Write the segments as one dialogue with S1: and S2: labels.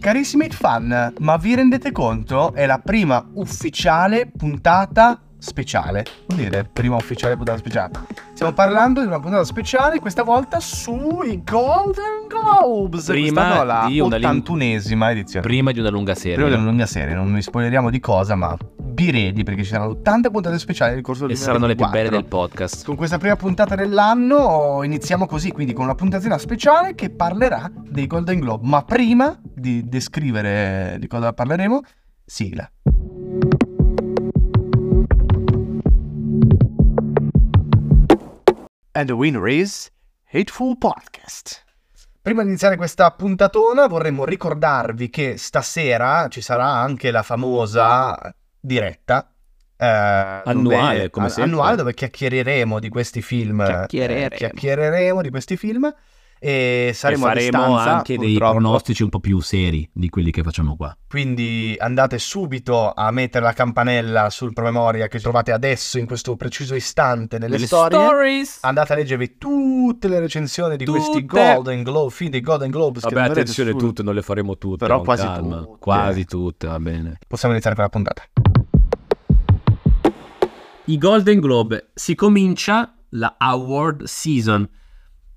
S1: Carissimi fan, ma vi rendete conto? È la prima ufficiale puntata speciale. Vuol dire prima ufficiale puntata speciale. Stiamo parlando di una puntata speciale, questa volta sui Golden Globes.
S2: Prima
S1: Quest'anno la
S2: di una lim-
S1: 81esima edizione.
S2: Prima di una lunga serie.
S1: Prima di una lunga serie, non vi spoileriamo di cosa, ma vi redi perché ci saranno tante puntate speciali nel corso del
S2: E saranno le più
S1: 2024.
S2: belle del podcast.
S1: Con questa prima puntata dell'anno iniziamo così, quindi con una puntatina speciale che parlerà dei Golden Globe. Ma prima di descrivere di cosa parleremo, sigla.
S3: And the winner is Hateful Podcast.
S1: Prima di iniziare questa puntatona vorremmo ricordarvi che stasera ci sarà anche la famosa diretta. eh,
S2: Annuale,
S1: dove-
S2: come
S1: an-
S2: sempre.
S1: Annuale dove Esatto, chiacchiereremo di questi film.
S2: Chiacchiereremo.
S1: eh, chiacchiereremo di questi film e
S2: E
S1: saremo a
S2: faremo
S1: distanza,
S2: anche dei
S1: purtroppo.
S2: pronostici un po' più seri di quelli che facciamo qua.
S1: Quindi andate subito a mettere la campanella sul promemoria che trovate adesso in questo preciso istante nelle,
S2: Delle
S1: storie. Ah,
S2: stories.
S1: Andate a leggervi tutte le recensioni di questi
S2: Tutte.
S1: Golden Globe, film di Golden Globes. che
S2: Vabbè,
S1: troverete
S2: attenzione,
S1: su-
S2: tutte non le faremo tutte.
S3: Però
S2: con
S3: quasi
S2: calma.
S3: tutte.
S2: Quasi tutte, va bene.
S1: Possiamo iniziare per la puntata.
S2: I Golden Globe si comincia la award season.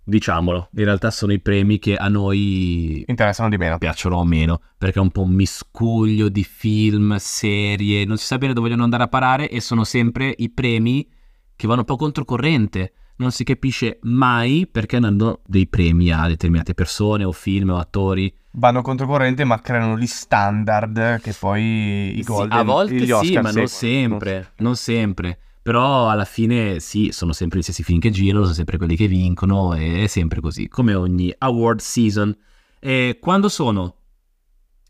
S2: Diciamolo, in realtà sono i premi che a noi
S1: Interessano di meno.
S2: piacciono o meno, perché è un po' un miscuglio di film, serie, non si sa bene dove vogliono andare a parare e sono sempre i premi che vanno un po' controcorrente. Non si capisce mai perché danno dei premi a determinate persone o film o attori.
S1: Vanno controcorrente, ma creano gli standard che poi i Golden
S2: a volte
S1: gli
S2: sì,
S1: Oscar
S2: ma
S1: seguono.
S2: non sempre, non sempre. Però alla fine sì, sono sempre gli stessi film che girano, sono sempre quelli che vincono e è sempre così, come ogni award season. E quando sono?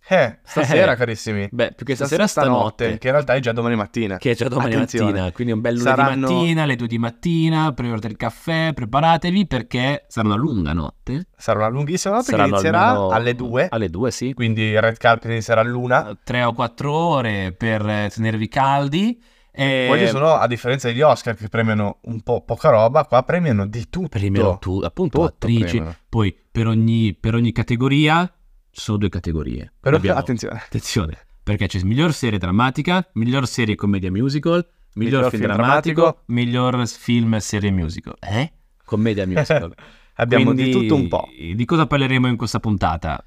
S1: Eh, stasera,
S2: Eh.
S1: carissimi.
S2: Beh, più che stasera stanotte.
S1: Che in realtà è già domani mattina.
S2: Che è già domani
S1: Attenzione.
S2: mattina, quindi è un bel lunedì
S1: Saranno-
S2: mattina, alle 2 di mattina, preordinate il caffè, preparatevi perché sarà una lunga notte.
S1: Sarà una lunghissima notte
S2: Saranno
S1: che inizierà
S2: almeno-
S1: alle Ah. 2.
S2: Alle 2, sì.
S1: Quindi il red carpet inizierà all'una.
S2: 3 o 4 ore per eh, tenervi caldi. E...
S1: Poi ci sono, a differenza degli Oscar che premiano un po' poca roba, qua premiano di tutto.
S2: Premiano tu, appunto,
S1: Tutto
S2: attrici.
S1: premiano.
S2: Poi per ogni, per ogni categoria ci sono due categorie.
S1: Però
S2: Abbiamo-
S1: attenzione,
S2: attenzione, perché c'è miglior serie drammatica, miglior serie commedia musical, miglior,
S1: Miglior
S2: film,
S1: film
S2: drammatico,
S1: drammatico.
S2: miglior film serie musical. Eh? Commedia musical.
S1: abbiamo di
S2: Quindi,
S1: tutto un po'.
S2: Di cosa parleremo in questa puntata?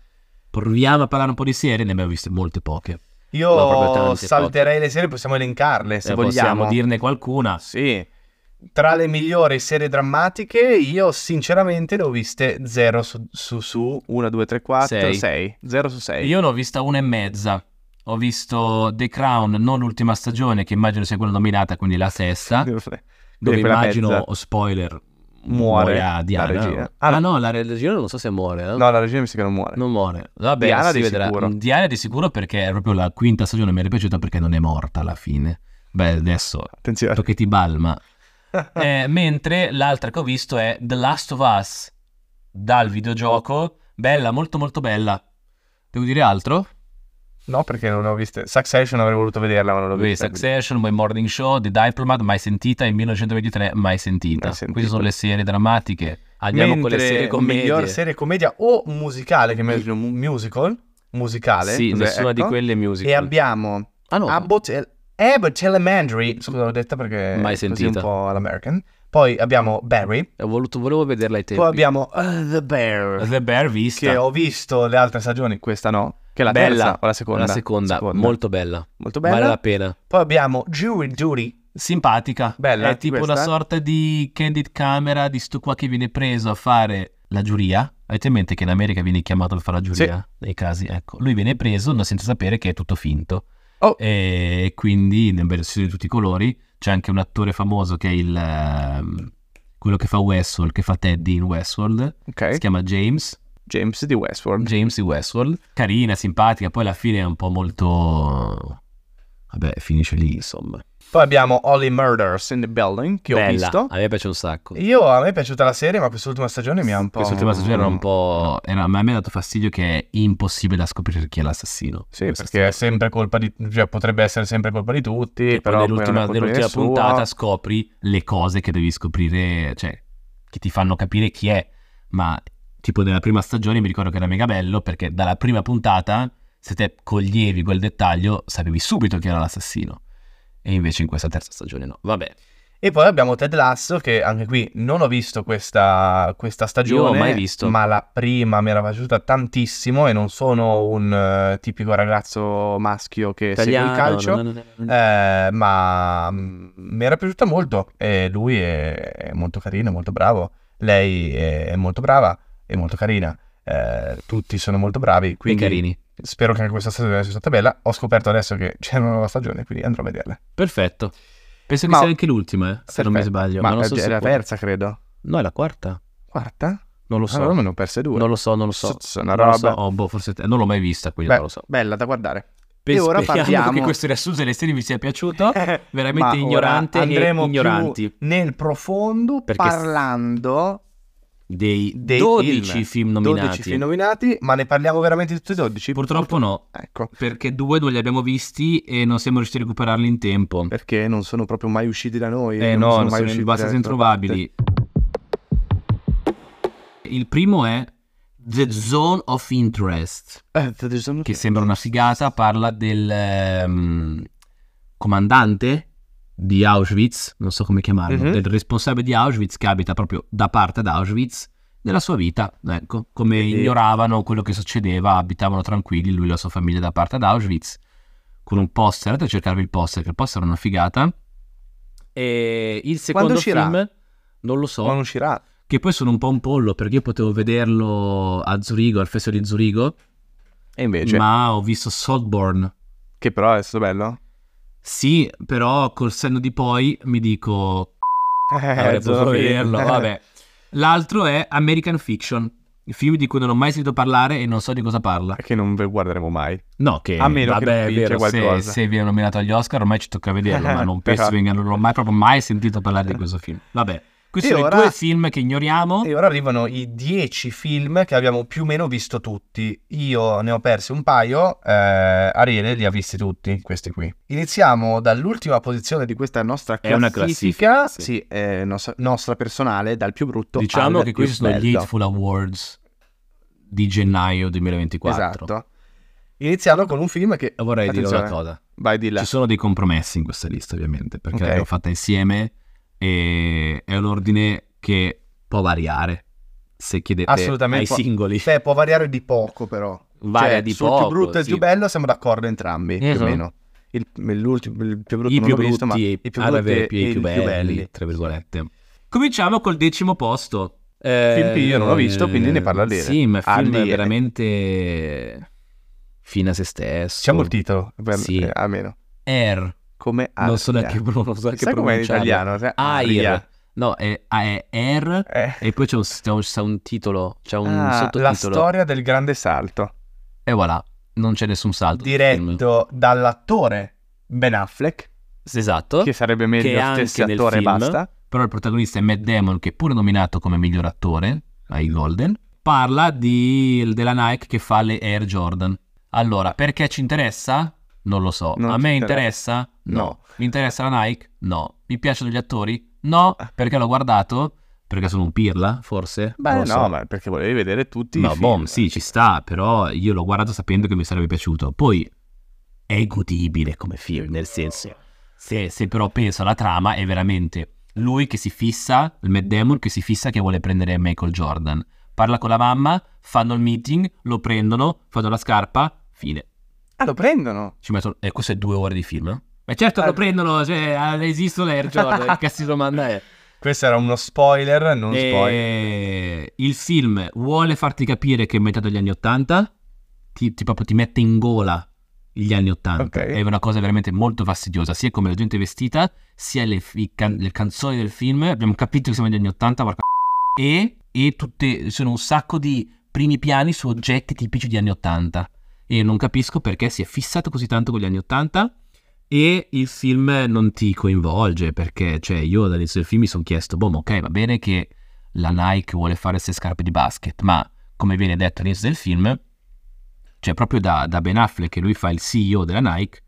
S2: Proviamo a parlare un po' di serie, ne abbiamo viste molte poche. no, proprio
S1: Io
S2: tante,
S1: salterei le serie, possiamo elencarle se
S2: Eh,
S1: vogliamo.
S2: Possiamo dirne qualcuna.
S1: Sì. Tra le migliori serie drammatiche, io sinceramente ne ho viste 0 su, su, su
S3: 1, 2, 3, 4,
S2: Sei.
S3: 6. 0 su 6.
S2: Io ne ho vista una e mezza. Ho visto The Crown, non l'ultima stagione, che immagino sia quella nominata, quindi la sesta. Dove
S3: quella
S2: immagino,
S3: mezza.
S2: oh, spoiler,
S3: Muore
S2: a
S3: la
S2: Diana.
S3: regina.
S2: Ah,
S3: Ah,
S2: no, la re- regina non so se muore. eh?
S3: No, la regina mi sa che non muore.
S2: Non muore. Vabbè,
S3: Diana
S2: si
S3: di
S2: vedrà.
S3: sicuro.
S2: Diana di sicuro perché è proprio la quinta stagione, mi era piaciuta perché non è morta alla fine. Beh, adesso
S3: Attenzione.
S2: che ti balma. Eh, mentre l'altra che ho visto è The Last of Us dal videogioco, bella, molto molto bella. Devo dire altro?
S1: No, perché non ho viste. Succession avrei voluto vederla, ma non l'ho
S2: Poi
S1: vista.
S2: Succession, poi Morning Show, The Diplomat, mai sentita, in 1923 mai sentita.
S3: Mai sentita.
S2: Queste sono le serie drammatiche. Andiamo con le
S1: Mentre
S2: serie commedie.
S1: Miglior serie commedia o musicale, che immagino mu- musical. Musicale.
S2: Sì,
S1: cos'è?
S2: nessuna di
S1: Ecco.
S2: quelle musical.
S1: E abbiamo
S2: Ah, no.
S1: Abbott, El- Abbott Elementary. Scusa, l'ho detta perché
S2: Mai
S1: è
S2: sentita.
S1: così un po' all'American. Poi abbiamo Barry.
S2: Ho voluto- volevo vederla ai tempi.
S1: Poi abbiamo uh, The Bear.
S2: The Bear
S1: Che
S2: vista.
S1: ho visto le altre stagioni.
S3: Questa no. Che è la
S2: Bella.
S3: terza o la seconda?
S2: La seconda, molto bella.
S3: Molto bella.
S2: Vale la pena.
S1: Poi abbiamo Jury Duty.
S2: Simpatica.
S1: Bella,
S2: È tipo
S3: questa?
S2: una sorta di candid camera di sto qua che viene preso a fare la giuria. Avete in mente che in America viene chiamato per fare la giuria? Nei casi, ecco. Lui viene preso non senza sapere che è tutto finto.
S3: Oh.
S2: E quindi nel versione di tutti i colori c'è anche un attore famoso che è il... ehm, quello che fa Westworld, che fa Teddy in Westworld.
S3: Ok.
S2: Si chiama James.
S3: James di Westworld.
S2: James di Westworld. Carina, simpatica, poi alla fine è un po' molto... Vabbè, finisce lì, insomma.
S1: Poi abbiamo Holly Murders.
S3: Murders in the Building. Che ho
S2: Bella, Ah,
S3: visto.
S2: a me piace un sacco.
S1: Io a me è piaciuta la serie, ma quest'ultima stagione mi ha un po'.
S2: Quest'ultima stagione era un po'... Era, ma a me ha dato fastidio che è impossibile da scoprire chi è l'assassino.
S1: Sì,
S2: Questa
S1: perché è sempre colpa di. Cioè, potrebbe essere sempre colpa di tutti.
S2: E poi
S1: però poi non è
S2: Cioè, nell'ultima,
S1: colpa di
S2: nell'ultima
S1: nessuno.
S2: puntata scopri le cose che devi scoprire, cioè che ti fanno capire chi è. Ma tipo nella prima stagione mi ricordo che era mega bello perché dalla prima puntata se te coglievi quel dettaglio sapevi subito chi era l'assassino. E invece in questa terza stagione no. Vabbè,
S1: E poi abbiamo Ted Lasso, che anche qui non ho visto questa, questa stagione.
S2: Io ho mai visto.
S1: Ma la prima mi era piaciuta tantissimo e non sono un eh, tipico ragazzo maschio che segue il calcio.
S2: no, no, no, no.
S1: Eh, ma mm, mi era piaciuta molto e lui è, è molto carino, è molto bravo. Lei è, è molto brava, è molto carina. Eh, tutti sono molto bravi,
S2: Quei
S1: quindi
S2: carini.
S1: spero che anche questa stagione sia stata bella. Ho scoperto adesso che c'è una nuova stagione, quindi andrò a vederla.
S2: Perfetto. Penso che
S1: Ma-
S2: sia anche l'ultima, eh, se non mi
S1: Perfetto.
S2: sbaglio.
S1: Ma,
S2: Ma, non so
S1: è
S2: se
S1: la terza, credo.
S2: No, è la quarta.
S1: Quarta?
S2: Ah, Non lo so.
S1: Allora me ne ho perse due.
S2: non lo so, non lo so.
S1: Sozzo, una
S2: Non lo so.
S1: roba.
S2: Oh, boh, forse te- non l'ho mai vista, quindi
S1: Beh,
S2: non lo so.
S1: Bella da guardare.
S2: Pe-
S1: ora
S2: speriamo
S1: parliamo- Eh,
S2: che questo riassunto delle serie vi sia piaciuto.
S1: Ma ora
S2: Veramente ignorante e
S1: andremo più
S2: ignoranti.
S1: nel profondo
S2: Perché-
S1: parlando
S2: Dei,
S1: dei
S2: 12
S1: film.
S2: film, nominati.
S1: 12 film nominati, ma ne parliamo veramente tutti e 12?
S2: Purtroppo no,
S1: Ecco,
S2: perché due non li abbiamo visti e non siamo riusciti a recuperarli in tempo.
S1: perché non sono proprio mai usciti da noi.
S2: Eh
S1: Eh, non
S2: no,
S1: mai
S2: sono
S1: usciti
S2: abbastanza
S1: da ecco. altre parti.
S2: introvabili. Il primo è The Zone of Interest,
S1: Eh, te ne sono-
S2: che sembra una figata, parla del ehm, comandante di Auschwitz, non so come chiamarlo,
S1: Mhm.
S2: del responsabile di Auschwitz che abita proprio da parte ad Auschwitz nella sua vita, ecco, come
S1: Quindi-
S2: ignoravano quello che succedeva, abitavano tranquilli lui e la sua famiglia da parte ad Auschwitz, con un poster, andate a cercarvi il poster, che il poster era una figata. E il secondo
S1: uscirà?
S2: film, non lo so,
S1: Non uscirà.
S2: che poi sono un po' un pollo, perché io potevo vederlo a Zurigo, al Festival di Zurigo,
S1: E invece,
S2: ma ho visto Saltborn.
S1: che però è stato bello.
S2: Sì, però col senno di poi mi dico,
S1: Eh,
S2: avrei potuto vederlo, vabbè. L'altro è American Fiction, il film di cui non ho mai sentito parlare e non so di cosa parla.
S1: Che non ve- guarderemo mai.
S2: No, che
S1: A meno che
S2: vabbè,
S1: non
S2: è
S1: vince
S2: vero, se,
S1: qualcosa. Esatto.
S2: se viene nominato agli Oscar ormai ci tocca vederlo, ma non
S1: Però-
S2: penso vengano, non ho mai proprio mai sentito parlare di questo film. Vabbè, questi
S1: E
S2: sono
S1: ora-
S2: i due film che ignoriamo.
S1: E ora arrivano i 10 film che abbiamo più o meno visto tutti. Io ne ho persi un paio, eh, Ariele li ha visti tutti, questi qui. Iniziamo dall'ultima posizione di questa nostra
S2: È una
S1: classifica.
S2: classifica, sì.
S1: sì, è nos- nostra personale, dal più brutto
S2: Diciamo
S1: al
S2: che
S1: più
S2: questi sono gli
S1: bello.
S2: Hateful Awards di gennaio 2024.
S1: Esatto. Iniziamo con un film che...
S2: Vorrei dire una
S1: Attenzione.
S2: cosa.
S1: Vai di là.
S2: Ci sono dei compromessi in questa lista, ovviamente, perché
S1: Ok.
S2: l'abbiamo fatta insieme e è un ordine che può variare. Se chiedete
S1: Assolutamente
S2: ai
S1: può-
S2: singoli,
S1: Beh, può variare di poco però.
S2: varia
S1: Cioè,
S2: di
S1: sul
S2: poco.
S1: più brutto e il
S2: sì.
S1: più bello siamo d'accordo entrambi, più o
S2: Esatto.
S1: meno. Il, l'ultimo, il più brutto
S2: I
S1: non
S2: più
S1: l'ho visto, ma
S2: brutti e
S1: i
S2: i
S1: più
S2: ah, vabbè,
S1: brutti
S2: i più,
S1: e i più
S2: belli,
S1: belli.
S2: tra virgolette. Cominciamo col decimo posto. Eh,
S1: Film che io non ho visto, quindi ne parla Lele.
S2: Sì, ma film
S1: Arlie.
S2: veramente fine a se stesso.
S1: Diciamo il titolo, per-
S2: Sì.
S1: eh, almeno.
S2: Air.
S1: Come
S2: Non so
S1: Aria.
S2: neanche non so neanche
S1: Ah, eh. Sai com'è in
S2: pronunciarlo.
S1: italiano? Cioè,
S2: Air.
S1: Aria.
S2: No, è, ah, è Air.
S1: Eh.
S2: E poi c'è un, c'è un- c'è un titolo, c'è un
S1: Ah, la
S2: sottotitolo.
S1: storia del grande salto,
S2: E voilà, non c'è nessun salto. nel film.
S1: diretto dall'attore Ben Affleck,
S2: Esatto.
S1: che sarebbe meglio
S2: Che anche
S1: stesso
S2: nel
S1: attore e
S2: film-
S1: basta.
S2: Però il protagonista è Matt Damon, che è pure nominato come miglior attore ai Golden. Parla di, della Nike che fa le Air Jordan. Allora, perché ci interessa? Non lo so.
S1: Non
S2: A me
S1: ci
S2: interessa? No.
S1: No.
S2: Mi interessa la Nike? No. Mi piacciono gli attori? No. Perché l'ho guardato? Perché sono un pirla, forse?
S1: Ah. Beh,
S2: Non
S1: no,
S2: lo so.
S1: ma perché volevi vedere tutti i
S2: No,
S1: film.
S2: boh, sì, ci sta, però io l'ho guardato sapendo che mi sarebbe piaciuto. Poi è godibile come film, nel senso, se, se però penso alla trama è veramente lui che si fissa, il Matt Damon che si fissa che vuole prendere Michael Jordan. Parla con la mamma, fanno il meeting, lo prendono, fanno la scarpa, fine.
S1: Ah, lo prendono?
S2: Ci mettono, eh, questo è due ore di film, eh? Ma certo
S1: Ah.
S2: lo prendono, cioè, ah, esistono Air Jordan, che cazzo di domanda è?
S1: Questo era uno spoiler, non
S2: Eh,
S1: spoiler.
S2: il film vuole farti capire che è metà degli anni 80, ti, ti proprio ti mette in gola gli anni 80.
S1: Ok.
S2: È una cosa veramente molto fastidiosa, sia come la gente è vestita, sia le, i can- le canzoni del film. Abbiamo capito che siamo negli anni 80, porca e, e tutte ci sono un sacco di primi piani su oggetti tipici degli anni 80. E non capisco perché si è fissato così tanto con gli anni 80 e il film non ti coinvolge perché, cioè, io dall'inizio del film mi sono chiesto, boh, ma ok, va bene che la Nike vuole fare queste scarpe di basket, ma come viene detto all'inizio del film, cioè proprio da, da Ben Affleck, che lui fa il CEO della Nike,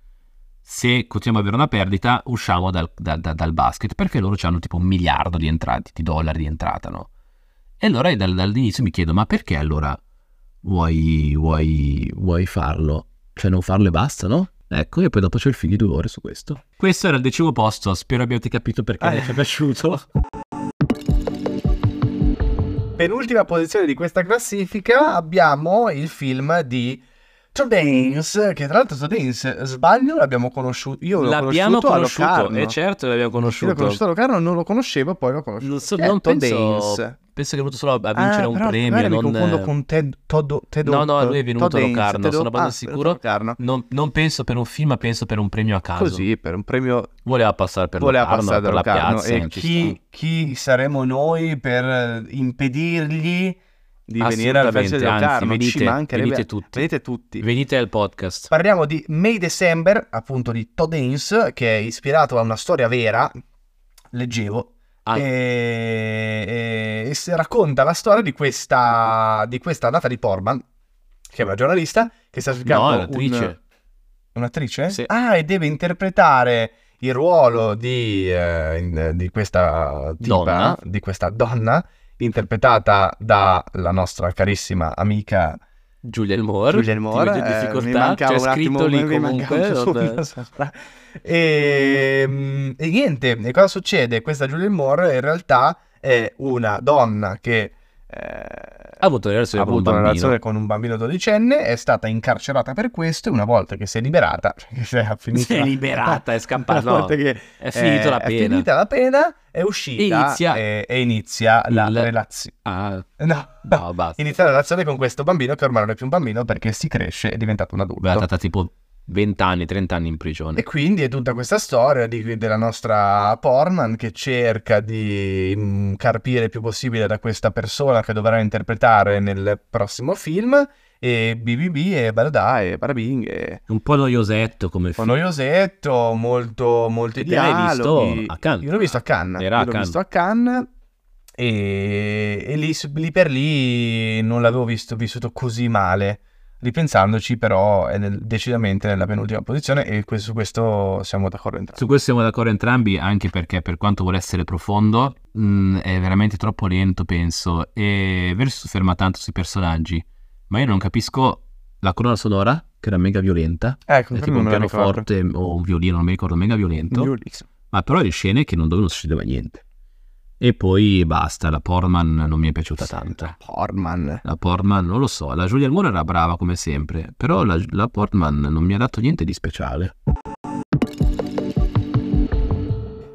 S2: se continuiamo ad avere una perdita usciamo dal, da- da- dal basket, perché loro hanno tipo un miliardo di entrati, di dollari di entrata, no? E allora dal- dall'inizio mi chiedo, ma perché allora vuoi, vuoi, vuoi farlo? Cioè non farlo e basta, no? Ecco, e poi dopo c'è il filo di dolore su questo. Questo era il decimo posto, spero abbiate capito perché
S1: Eh.
S2: ci è piaciuto.
S1: Penultima posizione di questa classifica abbiamo il film di Tordance, che tra l'altro Tordance, sbaglio, l'abbiamo conosciuto, io l'ho
S2: L'abbiamo
S1: conosciuto, a
S2: conosciuto,
S1: Locarno.
S2: e certo l'abbiamo
S1: Io l'ho
S2: conosciuto.
S1: conosciuto a Locarno, non lo conoscevo, poi l'ho conosciuto.
S2: Non so,
S1: Chi è
S2: non
S1: Todd
S2: penso,
S1: Haynes?
S2: penso che è venuto solo a vincere
S1: Ah,
S2: un
S1: però
S2: premio,
S1: magari
S2: non, eh,
S1: mi confondo con Ted, Todd, Ted
S2: No,
S1: Hope.
S2: no, lui è venuto
S1: Todd
S2: a
S1: Haynes,
S2: Locarno,
S1: Ted
S2: sono
S1: Hope.
S2: abbastanza
S1: Ah, è
S2: sicuro.
S1: venuto a Locarno.
S2: non- non penso per un film, ma penso per un premio a caso.
S1: Così, per un premio
S2: Voleva passare per
S1: voleva
S2: Locarno,
S1: passare da
S2: per la
S1: Locarno.
S2: piazza,
S1: E
S2: non ci
S1: chi, chi saremo noi per eh, impedirgli di
S2: sta.
S1: venire alla festa di
S2: Assolutamente, anzi,
S1: Locarno?
S2: venite,
S1: Ci mancherebbe.
S2: venite tutti.
S1: Venite tutti.
S2: Venite al podcast.
S1: Parliamo di May December, appunto di Todd Haynes, che è ispirato a una storia vera, leggevo,
S2: Ah.
S1: e, e- e si racconta la storia di questa, di questa Natalie Portman, che è una giornalista, che sta cercando
S2: No, è
S1: un-
S2: l'attrice.
S1: Un'attrice?
S2: Sì.
S1: Ah, e deve interpretare il ruolo di, eh, in- di questa tipa,
S2: Donna.
S1: di questa donna, interpretata dalla nostra carissima amica
S2: Giulia Elmore.
S1: Giulia Moore,
S2: Ti vedo in
S1: eh,
S2: difficoltà.
S1: mi mancava
S2: C'è
S1: un attimo,
S2: scritto lì
S1: mi mancava
S2: comunque.
S1: un
S2: non-
S1: attimo sopra. E, mm, e niente, e cosa succede? Questa Julia Moore in realtà è una donna che eh,
S2: Ha avuto una
S1: ha
S2: relazione con un
S1: avuto una
S2: bambino.
S1: relazione con un bambino dodicenne, è stata incarcerata per questo e una volta che si è liberata, che si è finita,
S2: Si è liberata, è scappata.
S1: una
S2: No,
S1: volta che
S2: è finito
S1: eh,
S2: la
S1: è
S2: pena.
S1: finita la pena, è uscita
S2: Inizia-
S1: e, e inizia la
S2: Il-
S1: relazione.
S2: Ah,
S1: No,
S2: no, basta.
S1: inizia la relazione con questo bambino che ormai non è più un bambino perché si cresce, è diventato un adulto.
S2: L'ha trattata tipo 20 anni, 30 anni in prigione.
S1: E quindi è tutta questa storia di- della nostra Portman che cerca di mm, carpire il più possibile da questa persona che dovrà interpretare nel prossimo film. E BBB e Barada e Barabing e
S2: Un po' noiosetto come
S1: un po'
S2: film.
S1: noiosetto, molto, molti
S2: E te l'hai visto Ah,
S1: dialoghi.
S2: a Cannes?
S1: Io l'ho visto a Cannes.
S2: Era a
S1: io l'ho
S2: Cannes.
S1: visto a Cannes e, e lì, lì per lì non l'avevo visto, vissuto così male. Ripensandoci però è nel- decisamente nella penultima posizione e que- su questo siamo d'accordo entrambi.
S2: Su questo siamo d'accordo entrambi, anche perché per quanto vuole essere profondo, mh, è veramente troppo lento, penso. E vero si sofferma tanto sui personaggi, ma io non capisco la colonna sonora, che era mega violenta,
S1: Ecco,
S2: è
S1: quello
S2: tipo un
S1: non me lo ricordo.
S2: pianoforte o un violino, non mi ricordo, mega violento, ma però le scene che non dovevano succedere niente. E poi basta, la Portman non mi è piaciuta tanto.
S1: Portman.
S2: La Portman, non lo so, la Julia Moore era brava come sempre, però la, la Portman non mi ha dato niente di speciale.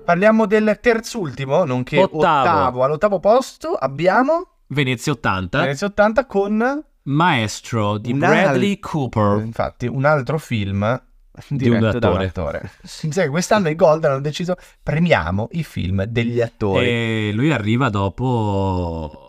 S1: Parliamo del terzultimo, nonché
S2: Ottavo.
S1: ottavo. All'ottavo posto abbiamo
S2: Venezia 80,
S1: Venezia 80 con
S2: Maestro di
S1: Eh. Un Eh,
S2: Bradley
S1: al-
S2: Cooper.
S1: Infatti, un altro film diretto da un
S2: attore.
S1: attore. Mi sa che quest'anno i Golden hanno deciso premiamo i film degli attori.
S2: E lui arriva dopo.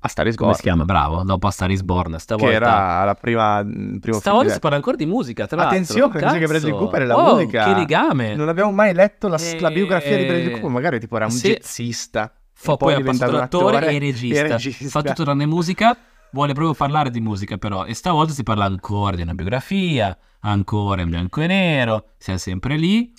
S1: A Star is
S2: Come si chiama? Bravo, dopo A Star is Born. Stavolta.
S1: Che era la prima, il primo
S2: Stavolta si
S1: film.
S2: parla ancora di musica, tra l'altro.
S1: Attenzione, mi sa che
S2: Cazzo.
S1: Bradley Cooper è la
S2: Oh,
S1: musica.
S2: Che legame.
S1: Non abbiamo mai letto la,
S2: Eh,
S1: la biografia di Bradley Cooper, magari tipo era un
S2: sì.
S1: jazzista.
S2: Fa-
S1: e
S2: poi
S1: poi
S2: ha
S1: è diventato
S2: passato
S1: un
S2: l'attore
S1: attore
S2: e regista.
S1: e regista.
S2: Fa tutto tranne musica. Vuole proprio parlare di musica, però. E stavolta si parla ancora di una biografia, ancora in bianco e nero. Siamo sempre lì.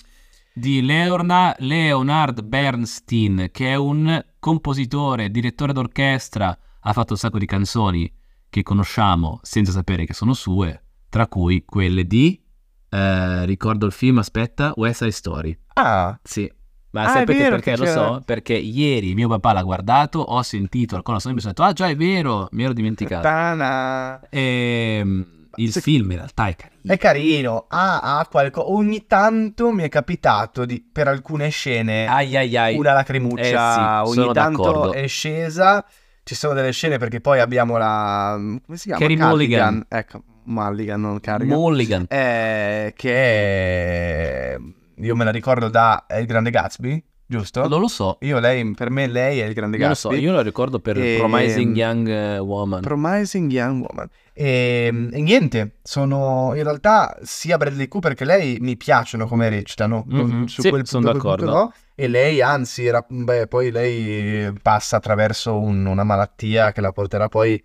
S2: Di Leorna- Leonard Bernstein, che è un compositore, direttore d'orchestra. Ha fatto un sacco di canzoni che conosciamo senza sapere che sono sue, tra cui quelle di. eh, ricordo il film, aspetta, West Side Story.
S1: Ah,
S2: Sì. Ma
S1: Ah, è
S2: sapete
S1: vero
S2: perché
S1: che
S2: lo
S1: c'era-
S2: so? Perché ieri mio papà l'ha guardato, ho sentito la colonna sonora e mi sono detto, ah già è vero, mi ero dimenticato.
S1: tana.
S2: Ehm, il
S1: Se-
S2: film in realtà è carino.
S1: È carino, Ah, ha, ha qualcosa. Ogni tanto mi è capitato di, per alcune scene
S2: Ai ai ai.
S1: una lacrimuccia
S2: Eh sì,
S1: ogni
S2: sono
S1: tanto
S2: d'accordo.
S1: è scesa. Ci sono delle scene perché poi abbiamo la. come si chiama?
S2: Carey
S1: Mulligan.
S2: Mulligan.
S1: Ecco, Mulligan, non Carrigan.
S2: Mulligan.
S1: Eh, che è. Io me la ricordo da è Il Grande Gatsby, giusto?
S2: Non lo so,
S1: Io lei, per me lei è il Grande
S2: non lo
S1: Gatsby.
S2: so, io lo ricordo per
S1: Ehm,
S2: Promising Young eh, Woman.
S1: Promising Young Woman. E, e niente, sono in realtà sia Bradley Cooper che lei mi piacciono come recitano.
S2: Mhm,
S1: Su
S2: sì,
S1: quel,
S2: sono
S1: su quel punto
S2: d'accordo.
S1: no. E lei, anzi, era- beh, poi lei passa attraverso un- una malattia che la porterà poi,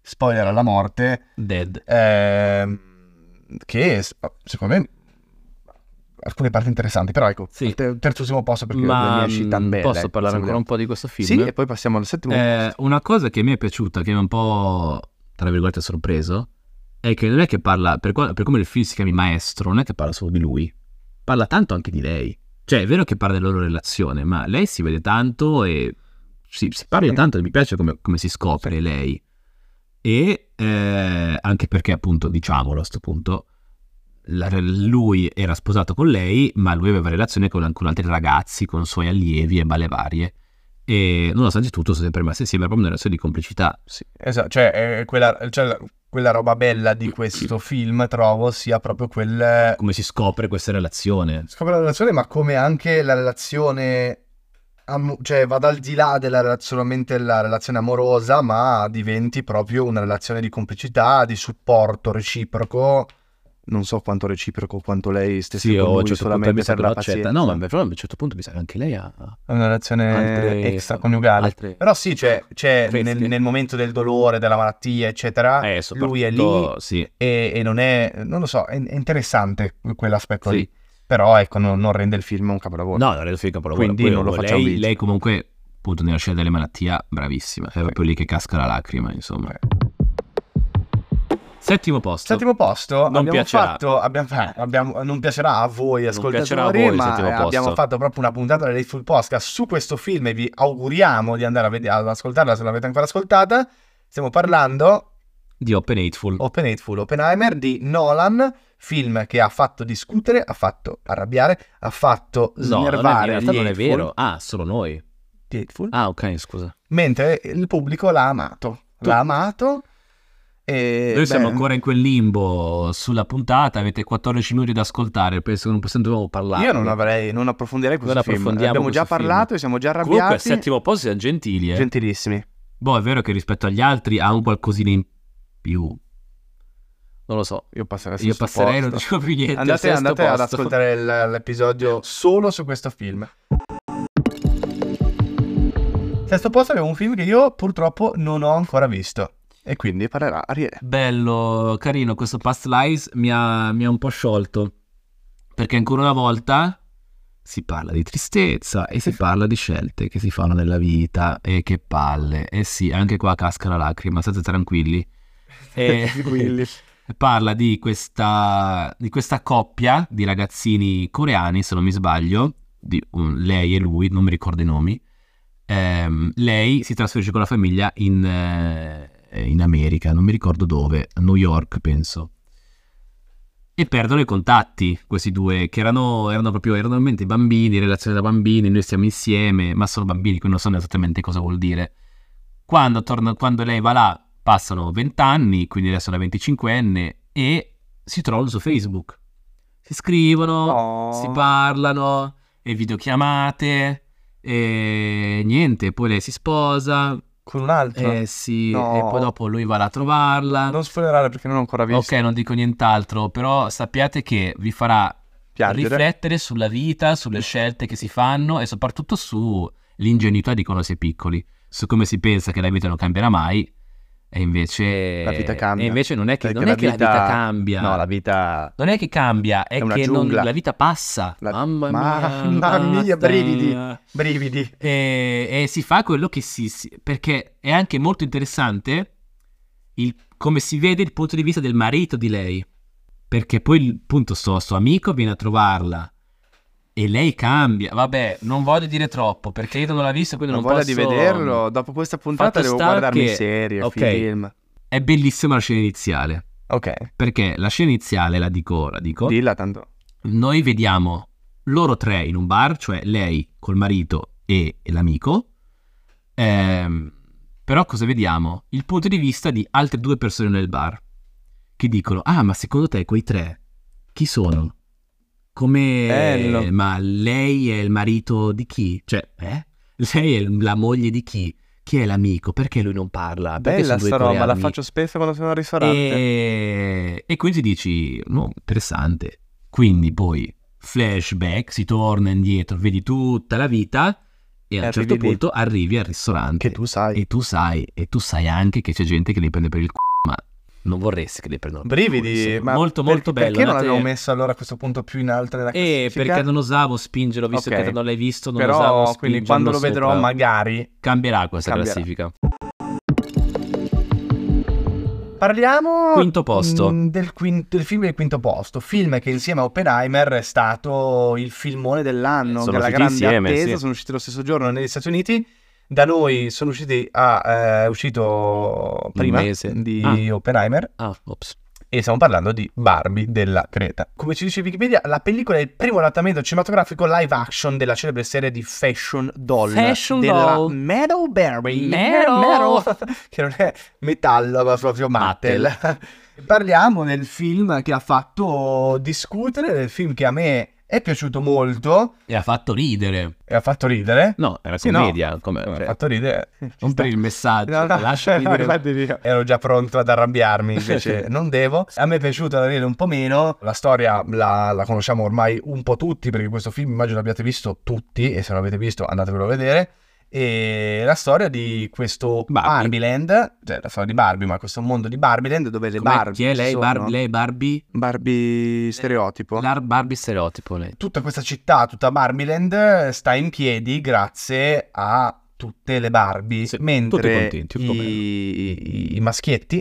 S1: spoiler, alla morte.
S2: Dead.
S1: ehm, che s- secondo me alcune parti interessanti, però ecco,
S2: Sì.
S1: al te- terzultimo posto perché non mi
S2: Ma
S1: è uscita
S2: mm,
S1: bene,
S2: posso
S1: ecco,
S2: parlare ancora
S1: vediamo.
S2: un po' di questo film?
S1: Sì, e poi passiamo al settimo.
S2: Eh, una cosa che mi è piaciuta, che mi ha un po', tra virgolette, sorpreso, è che non è che parla, per, qua- per come il film si chiami maestro, non è che parla solo di lui, parla tanto anche di lei. Cioè, è vero che parla della loro relazione, ma lei si vede tanto e si, si parla
S1: Sì.
S2: tanto, mi piace come, come si scopre lei. E eh, anche perché, appunto, diciamolo a sto punto, la- lui era sposato con lei, ma lui aveva relazione con, con altri ragazzi, con suoi allievi e balle varie. E nonostante tutto sono sempre rimasti insieme, era proprio una relazione di complicità.
S1: Sì, esatto, cioè, è quella, cioè, la- quella roba bella di questo film, trovo, sia proprio quel...
S2: Come si scopre questa relazione?
S1: Scopre la relazione, ma come anche la relazione... am- Cioè, vada al di là della rela- solamente la relazione amorosa, ma diventi proprio una relazione di complicità, di supporto reciproco. Non so quanto reciproco, quanto lei stessa
S2: Sì,
S1: con
S2: o a
S1: lui,
S2: un certo punto
S1: solamente
S2: mi sa
S1: per
S2: che
S1: la
S2: lo accetta.
S1: pazienza.
S2: No, ma però a un certo punto mi sa che anche lei ha
S1: È una relazione
S2: altre...
S1: extraconiugale.
S2: altre-
S1: Però sì, c'è, c'è
S2: Fresche.
S1: nel, nel momento del dolore, della malattia, eccetera,
S2: Eh,
S1: lui è
S2: soprattutto-
S1: lì.
S2: Sì,
S1: e, e non è, non lo so, è, è interessante quell'aspetto
S2: sì.
S1: lì. Però ecco, non, non rende il film un capolavoro.
S2: No, non è figa però
S1: Quindi non lo facciamo
S2: lei,
S1: vincere.
S2: lei comunque, appunto, nella scelta delle malattie, bravissima. È proprio lì che casca la lacrima, insomma.
S1: Eh.
S2: Settimo posto.
S1: Settimo posto,
S2: Non
S1: abbiamo
S2: piacerà.
S1: fatto, abbiamo, eh, abbiamo- non piacerà a voi
S2: piacerà a
S1: ascoltatori,
S2: voi il
S1: ma
S2: settimo
S1: eh, abbiamo
S2: posto.
S1: fatto proprio una puntata della Full Podcast su questo film e vi auguriamo di andare a vede- ad ascoltarla se l'avete ancora ascoltata. Stiamo parlando
S2: Di Open Hateful.
S1: Open Hateful Oppenheimer di Nolan, film che ha fatto discutere, ha fatto arrabbiare, ha fatto
S2: no, non è- in
S1: snervare
S2: realtà
S1: gli
S2: non è
S1: hateful-
S2: vero. Ah, solo noi.
S1: gli hateful,
S2: Ah, ok, scusa.
S1: mentre il pubblico l'ha amato,
S2: Tu-
S1: l'ha amato e
S2: Noi siamo
S1: Eh, beh,
S2: ancora in quel limbo sulla puntata, avete 14 minuti da ascoltare, penso che non possiamo dobbiamo parlare.
S1: Io non avrei, non approfondirei questo
S2: Non
S1: film.
S2: approfondiamo
S1: Abbiamo già
S2: questo film.
S1: parlato e siamo già arrabbiati.
S2: Comunque al settimo posto siamo gentili, eh.
S1: Gentilissimi.
S2: boh, è vero che rispetto agli altri ha un qualcosina in più. Non lo so.
S1: Io passerei, al
S2: Io
S1: sesto
S2: passerei, non
S1: posto.
S2: dico più niente. al
S1: Andate,
S2: sesto
S1: andate ad
S2: posto.
S1: ascoltare l- l'episodio solo su questo film. Sesto posto abbiamo un film che io purtroppo non ho ancora visto. E quindi parlerà Ariele.
S2: Bello, carino, questo Past Lives mi ha, mi ha un po' sciolto. Perché ancora una volta si parla di tristezza e si parla di scelte che si fanno nella vita e che palle. Eh sì, anche qua casca la lacrima, state tranquilli. E-
S1: Tranquilli.
S2: parla di questa, di questa coppia di ragazzini coreani, se non mi sbaglio, di un- lei e lui, non mi ricordo i nomi. Ehm, lei si trasferisce con la famiglia in, eh, in America, non mi ricordo dove, a New York penso. E perdono i contatti questi due, che erano, erano proprio erano veramente bambini, relazione da bambini, noi stiamo insieme, ma sono bambini, quindi non sanno esattamente cosa vuol dire. Quando, torna- quando lei va là, passano 20 anni, quindi adesso è una 25enne, e si trovano su Facebook. Si scrivono,
S1: Oh.
S2: si parlano, e videochiamate, e niente, poi lei si sposa,
S1: Con un altro.
S2: e, eh, si-
S1: No.
S2: e poi dopo lui va là a trovarla.
S1: Non spoilerare perché non ho ancora visto.
S2: Ok, non dico nient'altro, però sappiate che vi farà
S1: Piangere.
S2: riflettere sulla vita, sulle scelte che si fanno e soprattutto sull'ingenuità di quando si è piccoli, su come si pensa che la vita non cambierà mai e invece
S1: La vita cambia.
S2: E invece non è che,
S1: Perché
S2: non è che la, vita... cambia.
S1: No, la vita...
S2: Non è che cambia, è,
S1: È una
S2: che non-
S1: giungla.
S2: la vita passa.
S1: La-
S2: Mamma
S1: Ma-
S2: mia.
S1: mamma mia,
S2: basta.
S1: brividi. Brividi.
S2: E, e si fa quello che si, si- perché è anche molto interessante il- come si vede il punto di vista del marito di lei. Perché poi il punto sto, sto amico viene a trovarla e lei cambia. Vabbè, non voglio dire troppo perché io non l'ho visto, quindi
S1: Non
S2: non,
S1: voglia
S2: posso
S1: di vederlo. Dopo questa puntata
S2: Fatto
S1: devo
S2: sta
S1: guardarmi
S2: che-
S1: serie,
S2: ok.
S1: film.
S2: È bellissima la scena iniziale,
S1: Ok.
S2: perché la scena iniziale la dico ora, dico.
S1: Dilla tanto.
S2: noi vediamo loro tre in un bar, cioè lei col marito e, e l'amico. Ehm, però cosa vediamo? Il punto di vista di altre due persone nel bar che dicono: Ah, ma secondo te quei tre chi sono? Come
S1: Bello.
S2: ma lei è il marito di chi? Cioè, eh? Lei è la moglie di chi? Chi è l'amico? Perché lui non parla? Perché
S1: Bella
S2: sono due
S1: sta roba, la
S2: coreani?
S1: faccio spesso quando sono al ristorante.
S2: E, e quindi dici, no, interessante. Quindi poi flashback, si torna indietro, vedi tutta la vita e a un
S1: Arrivi
S2: certo
S1: lì.
S2: punto arrivi al ristorante.
S1: Eh, Che tu sai.
S2: E tu sai, e tu sai anche che c'è gente che li prende per il c***o, ma non vorresti che li prendano per il culo,
S1: Brividi,
S2: insomma.
S1: ma
S2: molto
S1: per-
S2: molto bello.
S1: Perché non
S2: andate-
S1: l'avevo messo allora a questo punto più in alto nella
S2: Eh,
S1: classifica?
S2: perché non osavo spingerlo, visto
S1: Ok.
S2: che te non l'hai visto, non osavo
S1: Però, quindi
S2: spingerlo
S1: quando lo
S2: sopra.
S1: vedrò magari
S2: cambierà questa
S1: Cambierà.
S2: classifica.
S1: Parliamo
S2: Quinto posto.
S1: mh, del, quinto- del film del quinto posto, film che insieme a Oppenheimer è stato il filmone dell'anno,
S4: Sono
S1: della
S4: usciti
S1: grande
S4: insieme,
S1: attesa,
S4: sì.
S1: sono usciti lo stesso giorno negli Stati Uniti, da noi sono usciti, ah, eh, è uscito prima
S2: mese.
S1: di
S2: Ah.
S1: Oppenheimer
S2: Ah, ops.
S1: e stiamo parlando di Barbie della Creta. Come ci dice Wikipedia, la pellicola è il primo adattamento cinematografico live action della celebre serie di Fashion Doll
S2: Fashion
S1: della
S2: Doll.
S1: Meadow Berry.
S2: Meadow.
S1: che non è metallo, ma proprio mattel. Parliamo del film che ha fatto discutere, del film che a me è piaciuto molto
S2: E ha fatto ridere.
S1: e ha fatto ridere.
S4: No, è una
S1: Sì, no.
S4: commedia. come-
S1: Ha
S4: cioè,
S1: fatto ridere.
S2: Non per il messaggio. cioè,
S1: No, no,
S2: lasciami
S1: no,
S2: dire-
S1: infatti io Ero già pronto ad arrabbiarmi, invece non devo. A me è piaciuta da vedere un po' meno. La storia la, la conosciamo ormai un po' tutti, perché questo film immagino l'abbiate visto tutti, e se non l'avete visto andatevelo a vedere. E la storia di questo
S4: Barbie.
S1: Barbie Land, cioè la storia di Barbie, ma questo mondo di Barbie Land dove le
S2: Com'è?
S1: Barbie
S2: Chi è lei?
S1: sono-
S2: Bar- lei è Barbie?
S3: Barbie stereotipo.
S2: Lar- Barbie stereotipo lei.
S1: tutta questa città, tutta Barbieland, sta in piedi grazie a tutte le Barbie,
S4: Sì, tutti
S1: mentre
S4: contenti, un po'
S1: i, i- i maschietti,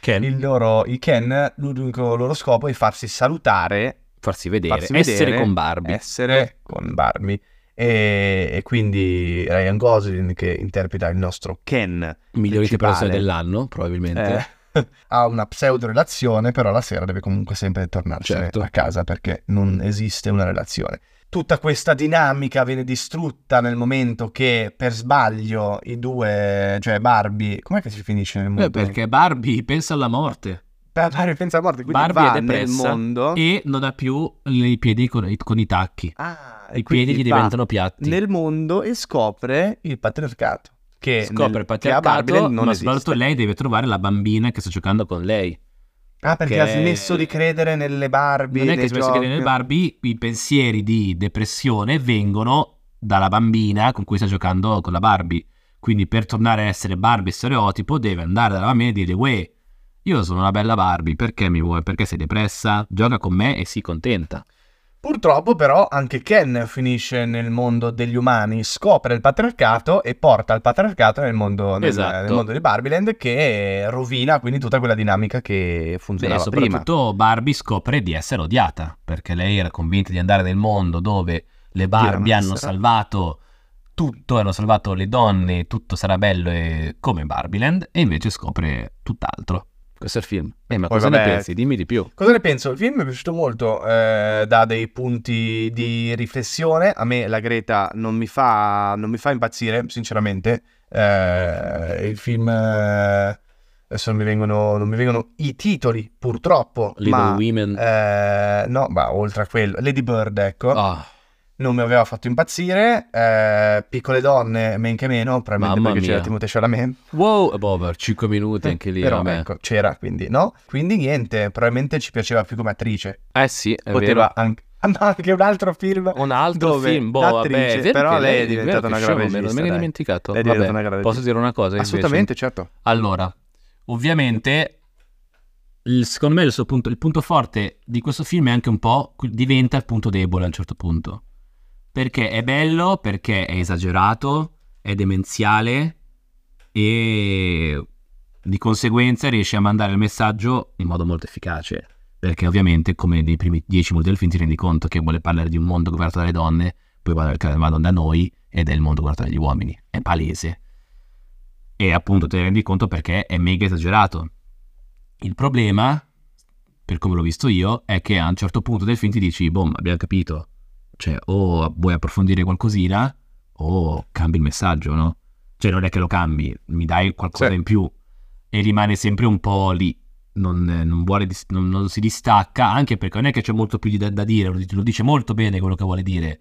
S4: Ken.
S1: il loro, i Ken, l'unico loro scopo è farsi salutare,
S4: farsi vedere,
S1: farsi
S2: Essere
S1: vedere,
S2: con Barbie.
S1: essere con Barbie. E, e quindi Ryan Gosling che interpreta il nostro Ken
S2: Miglior
S1: principale.
S2: interpretazione dell'anno, probabilmente.
S1: eh, ha una pseudo relazione, però la sera deve comunque sempre tornarcene
S2: Certo.
S1: a casa perché non esiste una relazione. Tutta questa dinamica viene distrutta nel momento che per sbaglio i due, cioè Barbie, com'è che si finisce nel mondo?
S2: Beh, Eh, perché Barbie pensa alla morte
S1: Beh, Barbie pensa a morte, quindi
S2: Barbie
S1: va
S2: è
S1: nel
S2: depressa
S1: mondo.
S2: e non ha più i piedi con, con i tacchi.
S1: Ah, e
S2: I piedi
S1: quindi
S2: gli
S1: va
S2: diventano piatti.
S1: nel mondo e scopre il patriarcato. Che
S2: Scopre
S1: nel-
S2: il
S1: che a Barbie
S2: patriarcato,
S1: non
S2: ma
S1: esiste.
S2: soprattutto lei deve trovare la bambina che sta giocando con lei.
S1: Ah, perché
S2: perché-
S1: ha smesso di credere nelle Barbie.
S2: non è che
S1: nei
S2: spesso che
S1: giochi.
S2: nel Barbie i pensieri di depressione vengono dalla bambina con cui sta giocando con la Barbie. Quindi per tornare a essere Barbie stereotipo deve andare dalla bambina e dire Uè, io sono una bella Barbie, perché mi vuoi? Perché sei depressa? Gioca con me e si contenta.
S1: Purtroppo però anche Ken finisce nel mondo degli umani, scopre il patriarcato e porta il patriarcato nel mondo, nel,
S2: Esatto.
S1: nel mondo di Barbieland che rovina quindi tutta quella dinamica che
S2: Beh,
S1: funzionava prima.
S2: soprattutto Barbie scopre di essere odiata, perché lei era convinta di andare nel mondo dove le Barbie
S1: mazzara.
S2: hanno salvato tutto, hanno salvato le donne, tutto sarà bello e come Barbieland, e invece scopre tutt'altro. Questo è il film. Eh, ma
S1: Poi
S2: cosa ne
S1: vabbè.
S2: pensi? Dimmi di più.
S1: Cosa ne penso? Il film mi è piaciuto molto, eh, dà dei punti di riflessione. A me la Greta non mi fa, non mi fa impazzire, sinceramente. Eh, il film... eh, adesso non mi, vengono, non mi vengono i titoli, purtroppo.
S2: Little
S1: ma,
S2: Women.
S1: eh, no, ma oltre a quello, Lady Bird, ecco.
S2: Ah,
S1: non mi aveva fatto impazzire. eh, piccole donne, men che meno, probabilmente
S2: Mamma
S1: perché
S2: mia.
S1: c'era Timothée Chalamet.
S2: Wow, Bover, 5 minuti anche lì.
S1: Però
S2: vabbè.
S1: ecco, c'era, quindi no. Quindi niente, probabilmente ci piaceva più come attrice.
S2: Eh sì, è
S1: Poteva anche... Ah, no, anche un altro film.
S2: vero. Un altro
S1: Dove
S2: film, boh,
S1: l'attrice-
S2: vabbè, è vero
S1: però
S2: che
S1: lei è
S2: vero
S1: diventata
S2: che
S1: una
S2: Shawn,
S1: grave
S2: me lo- Me
S1: regista,
S2: l'ho
S1: dai.
S2: dimenticato.
S1: Lei è diventata
S2: Vabbè,
S1: una grave
S2: posso
S1: regista.
S2: dire una cosa? invece?
S1: Assolutamente, certo.
S2: Allora, ovviamente, il- secondo me il, suo punto, il punto forte di questo film è anche un po', qui- diventa il punto debole a un certo punto. Perché è bello, perché è esagerato, è demenziale e di conseguenza riesce a mandare il messaggio in modo molto efficace. Perché ovviamente, come nei primi dieci minuti del film, ti rendi conto che vuole parlare di un mondo governato dalle donne, poi vado, vado da noi ed è il mondo guardato dagli uomini. È palese. E appunto te ne rendi conto perché è mega esagerato. Il problema, per come l'ho visto io, è che a un certo punto del film ti dici, boh, ma abbiamo capito. Cioè, o vuoi approfondire qualcosina, o cambi il messaggio, no? Cioè, non è che lo cambi, mi dai qualcosa
S1: Sì.
S2: in più. E rimane sempre un po' lì. Non, eh, non vuole dis- non- non si distacca, anche perché non è che c'è molto più di- da, da dire, lo, lo dice molto bene quello che vuole dire.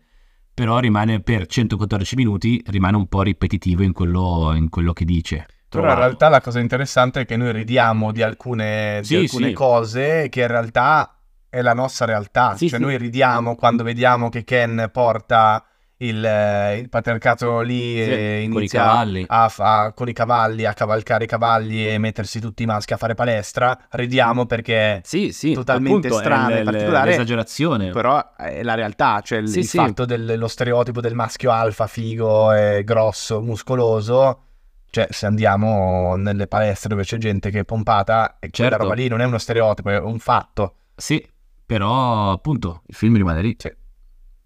S2: Però rimane per 114 minuti, rimane un po' ripetitivo in quello, in quello che dice.
S1: Però in
S2: Trovato.
S1: realtà la cosa interessante è che noi ridiamo di alcune, di
S2: Sì,
S1: alcune
S2: sì.
S1: cose che in realtà è la nostra realtà.
S2: Sì,
S1: cioè
S2: sì.
S1: noi ridiamo quando vediamo che Ken porta il, eh, il patriarcato lì
S2: Sì,
S1: e
S2: con i
S1: inizia
S2: cavalli.
S1: a fa- con i cavalli, a cavalcare i cavalli e mettersi tutti i maschi a fare palestra. Ridiamo perché...
S2: Sì, sì,
S1: Totalmente
S2: appunto, è
S1: strana e
S2: l- l-
S1: particolare.
S2: L'esagerazione.
S1: Però è la realtà, cioè il,
S2: Sì,
S1: il
S2: sì.
S1: fatto dello stereotipo del maschio alfa, figo, e grosso, muscoloso, Cioè, se andiamo nelle palestre dove c'è gente che è pompata, e quella
S2: Certo.
S1: roba lì non è uno stereotipo, è un fatto.
S2: Sì, però appunto il film rimane lì.
S1: Sì.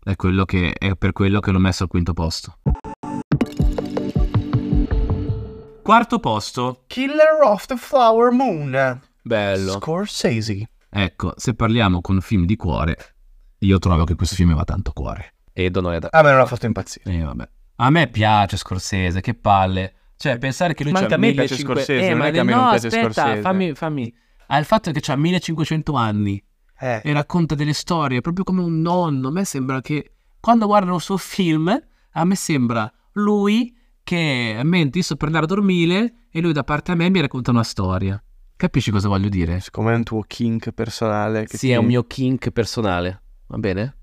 S2: È, quello che, è per quello che l'ho messo al quinto posto. Quarto posto.
S1: Killer of the Flower Moon.
S2: Bello.
S1: Scorsese.
S2: Ecco, se parliamo con film di cuore, io trovo che questo film va tanto cuore. E Dono è da...
S1: A me non ha fatto impazzire.
S2: Eh, vabbè. A me piace Scorsese, che palle. Cioè, pensare che lui
S3: Ma
S2: c'ha
S3: anche a me piace
S2: 1500
S3: Scorsese,
S2: eh,
S3: non
S2: ma
S3: è che a me
S2: no,
S3: non piace
S2: aspetta,
S3: Scorsese.
S2: fammi, fammi. Al fatto che c'ha 1500 anni
S1: Eh.
S2: e racconta delle storie proprio come un nonno, a me sembra che quando guardo un suo film, a me sembra lui che mentre io sto per andare a dormire e lui da parte a me mi racconta una storia. Capisci cosa voglio dire?
S3: Siccome è un tuo kink personale. Che
S2: Sì,
S3: ti-
S2: è un mio kink personale, va bene?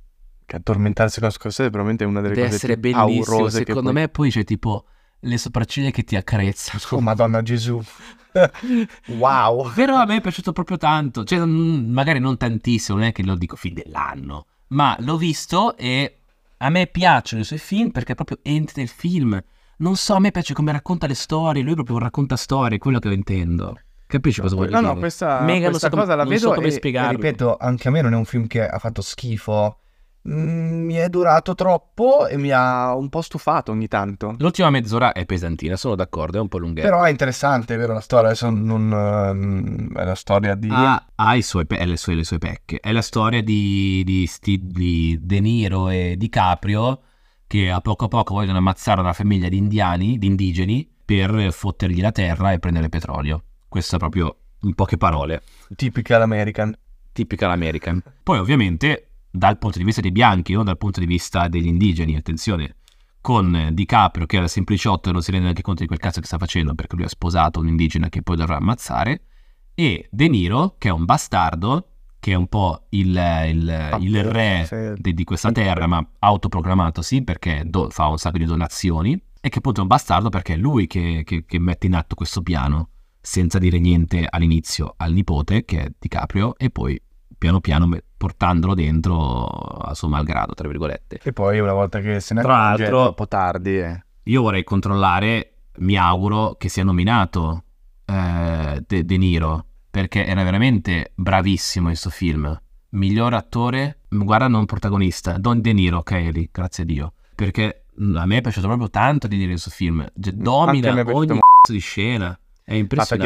S3: Che addormentarsi con Scorsese è veramente una delle
S2: Deve
S3: cose
S2: essere
S3: più
S2: bellissimo.
S3: paurose che
S2: Secondo
S3: puoi-
S2: me, poi c'è tipo le sopracciglia che ti
S1: Oh,
S2: accarezzano.
S1: Madonna Gesù. wow.
S2: Però a me è piaciuto proprio tanto. Cioè, mm, magari non tantissimo, non è che lo dico film dell'anno, ma l'ho visto e a me piacciono i suoi film perché è proprio ente del film. Non so, a me piace come racconta le storie. Lui proprio racconta storie, è quello che io intendo. Capisci
S1: Eh,
S2: cosa voglio
S3: No,
S2: dire?
S3: no, questa,
S2: Mega, non
S3: questa
S2: so come-
S3: cosa la
S2: non
S3: vedo
S2: so come
S3: e-
S1: E
S2: spiegarlo.
S1: ripeto, anche a me non è un film che ha fatto schifo. Mm, mi è durato troppo e mi ha un po' stufato ogni tanto.
S2: L'ultima mezz'ora è pesantina, sono d'accordo, è un po' lunghetta.
S1: Però è interessante, è vero, la storia. Adesso non, ehm, è la storia di...
S2: ha, ha i suoi pe- le, sue, le sue pecche. È la storia di, di, Sti- di De Niro e Di Caprio che a poco a poco vogliono ammazzare una famiglia di indiani, di indigeni, per fottergli la terra e prendere petrolio. Questo è proprio, in poche parole,
S1: Typical American.
S2: tipica l'American. Poi ovviamente dal punto di vista dei bianchi, non dal punto di vista degli indigeni, attenzione. Con Di Caprio che era sempliciotto e non si rende neanche conto di quel cazzo che sta facendo perché lui ha sposato un indigena che poi dovrà ammazzare. E De Niro che è un bastardo, che è un po' il, il- il re
S1: Sì.
S2: di, di questa terra, ma autoproclamato sì, perché do- fa un sacco di donazioni, e che appunto è un bastardo perché è lui che, che- che mette in atto questo piano, senza dire niente all'inizio al nipote, che è DiCaprio, e poi piano piano me- portandolo dentro a suo malgrado, tra virgolette.
S1: E poi una volta che se ne
S2: Tra
S1: accorge-
S2: l'altro-
S3: un po' tardi. eh.
S2: Io vorrei controllare, mi auguro che sia nominato eh, De, De Niro, perché era veramente bravissimo in questo film. Miglior attore, guarda non protagonista, Don De Niro, che è lì, grazie a Dio. Perché mm, a me è piaciuto proprio tanto De Niro in questo film. Cioè, domina
S3: me è
S2: ogni
S3: piaciuto mo-
S2: cazzo di scena. È
S1: Ma perché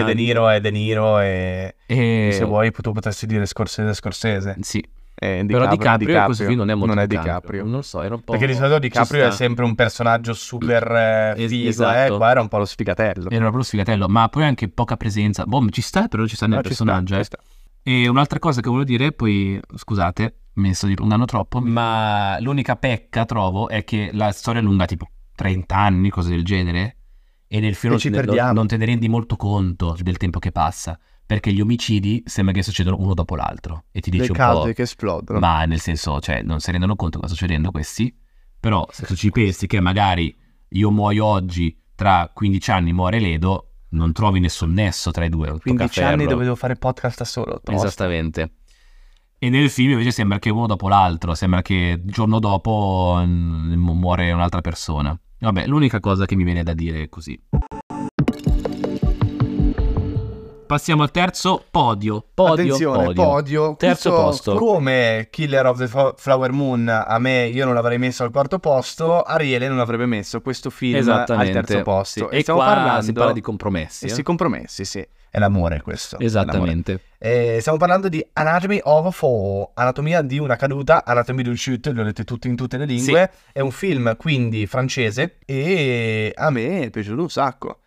S2: impressionante. Eh.
S1: De Niro è De Niro e...
S2: E-
S1: Se vuoi tu potresti dire Scorsese Scorsese.
S2: Sì,
S3: Eh,
S2: però
S3: Caprio-
S2: Di Caprio in questo film non è molto
S3: Non è Di
S2: Di Caprio.
S3: Caprio.
S2: Non lo so, era un po'...
S1: Perché di solito Di
S2: ci
S1: Caprio è
S2: sta.
S1: sempre un personaggio super eh,
S2: Es-
S1: figo,
S2: esatto. Eh,
S1: eh, qua era un po' lo sfigatello.
S2: Era proprio sfigatello, ma poi anche poca presenza. Boh, ci sta, però ci sta nel
S1: No, ci sta,
S2: personaggio.
S1: ci
S2: eh.
S1: sta.
S2: E un'altra cosa che volevo dire, poi scusate, mi sto dilungando troppo, ma l'unica pecca trovo è che la storia è lunga tipo 30 anni, cose del genere, e nel
S1: E
S2: film non
S1: ci
S2: te- non-
S1: perdiamo.
S2: non te ne rendi molto conto del tempo che passa, perché gli omicidi sembra che succedano uno dopo l'altro e ti
S3: Le
S2: dice un
S3: case
S2: po'...
S3: che esplodono.
S2: Ma nel senso, cioè, non si rendono conto cosa sta succedendo questi, però se tu ci pensi che magari io muoio oggi, tra 15 anni muore Ledo, non trovi nessun nesso tra i due. tocca
S1: 15 anni
S2: ferro.
S1: dove devo fare podcast da solo. tosta.
S2: Esattamente. E nel film invece sembra che uno dopo l'altro, sembra che il giorno dopo mm, mu- muore un'altra persona. Vabbè, l'unica cosa che mi viene da dire è così. Passiamo al terzo podio. Podio,
S1: Attenzione, podio. Questo,
S2: Terzo posto.
S1: Come Killer of the Fo- Flower Moon a me io non l'avrei messo al quarto posto, Ariele non avrebbe messo questo film al
S2: Esattamente.
S1: terzo posto.
S2: Sì. E, qua
S1: parlando
S2: si parla di compromessi.
S3: E
S2: eh?
S3: si compromessi, sì.
S1: È l'amore questo. è l'amore.
S2: Esattamente.
S1: Eh, stiamo parlando di Anatomy of a Fall, Anatomia di una caduta, Anatomy di un shoot, lo avete tutti in tutte le lingue. È un film quindi francese e a
S3: A
S1: me
S3: me è piaciuto un sacco.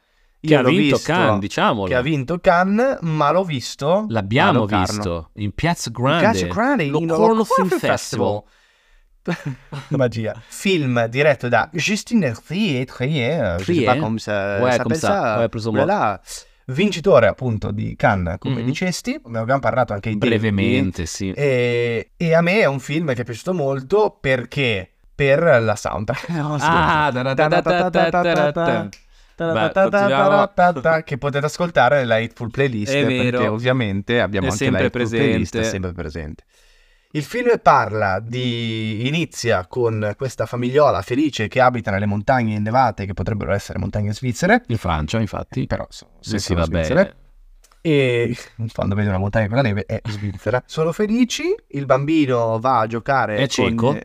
S2: Che
S3: Io
S2: ha
S3: l'ho
S2: vinto
S3: visto-
S2: Cannes, diciamo. diciamolo.
S1: che ha vinto Cannes, ma l'ho visto.
S2: L'abbiamo
S1: a Locarno.
S2: visto in Piazza
S3: Mi
S2: Grande.
S3: piace Crane,
S2: Lo
S3: in
S2: Corno
S3: Corno
S2: Film
S3: Film
S2: Festival.
S1: Magia. film diretto da Justine Trier, Trier, je sais
S2: Trier?
S1: pas come ça
S2: Ouais,
S1: s'appelle
S2: comme ça.
S1: ça.
S2: Ouais, plus ou
S1: Voilà. Vincitore appunto di Cannes, come
S2: Mhm.
S1: dicesti, ne abbiamo parlato anche in
S2: Brevemente, sì.
S1: E, e a me è un film che è piaciuto molto perché per la soundtrack.
S2: Ah, da-da-da-da-da-da-da. Beh, continuiamo.
S1: che potete ascoltare nella Hateful Playlist
S2: È vero.
S1: perché ovviamente abbiamo
S2: È
S1: anche la
S2: sempre
S1: Hateful Playlist
S2: presente.
S1: sempre presente Il film parla di. inizia con questa famigliola felice che abita nelle montagne innevate, che potrebbero essere montagne svizzere. eh,
S2: In Francia, infatti.
S1: Però so- se
S2: Sì, sì,
S1: sono svizzere.
S2: vabbè.
S1: E quando vedi una montagna con la neve è Svizzera. Sono felici, il bambino va a giocare.
S2: È
S1: con-
S2: cieco.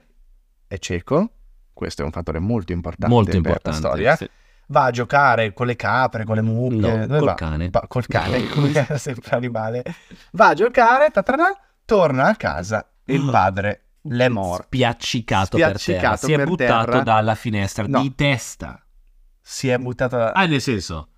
S1: È cieco. Questo è un fattore molto importante.
S2: Molto
S1: per la
S2: importante.
S1: storia. eh.
S2: Sì.
S1: Va a giocare con le capre, con le mucche.
S2: No,
S1: dove
S2: col
S1: va?
S2: cane.
S1: Va- col cane, come era sempre animale. Va a giocare, tatarà, torna a casa.
S2: Ah.
S1: Il padre l'è morto.
S2: Spiaccicato, per terra.
S1: Spiaccicato
S2: Si è
S1: per
S2: buttato
S1: terra.
S2: dalla finestra
S1: No.
S2: di testa.
S1: Si è buttata.
S2: Ah, nel senso,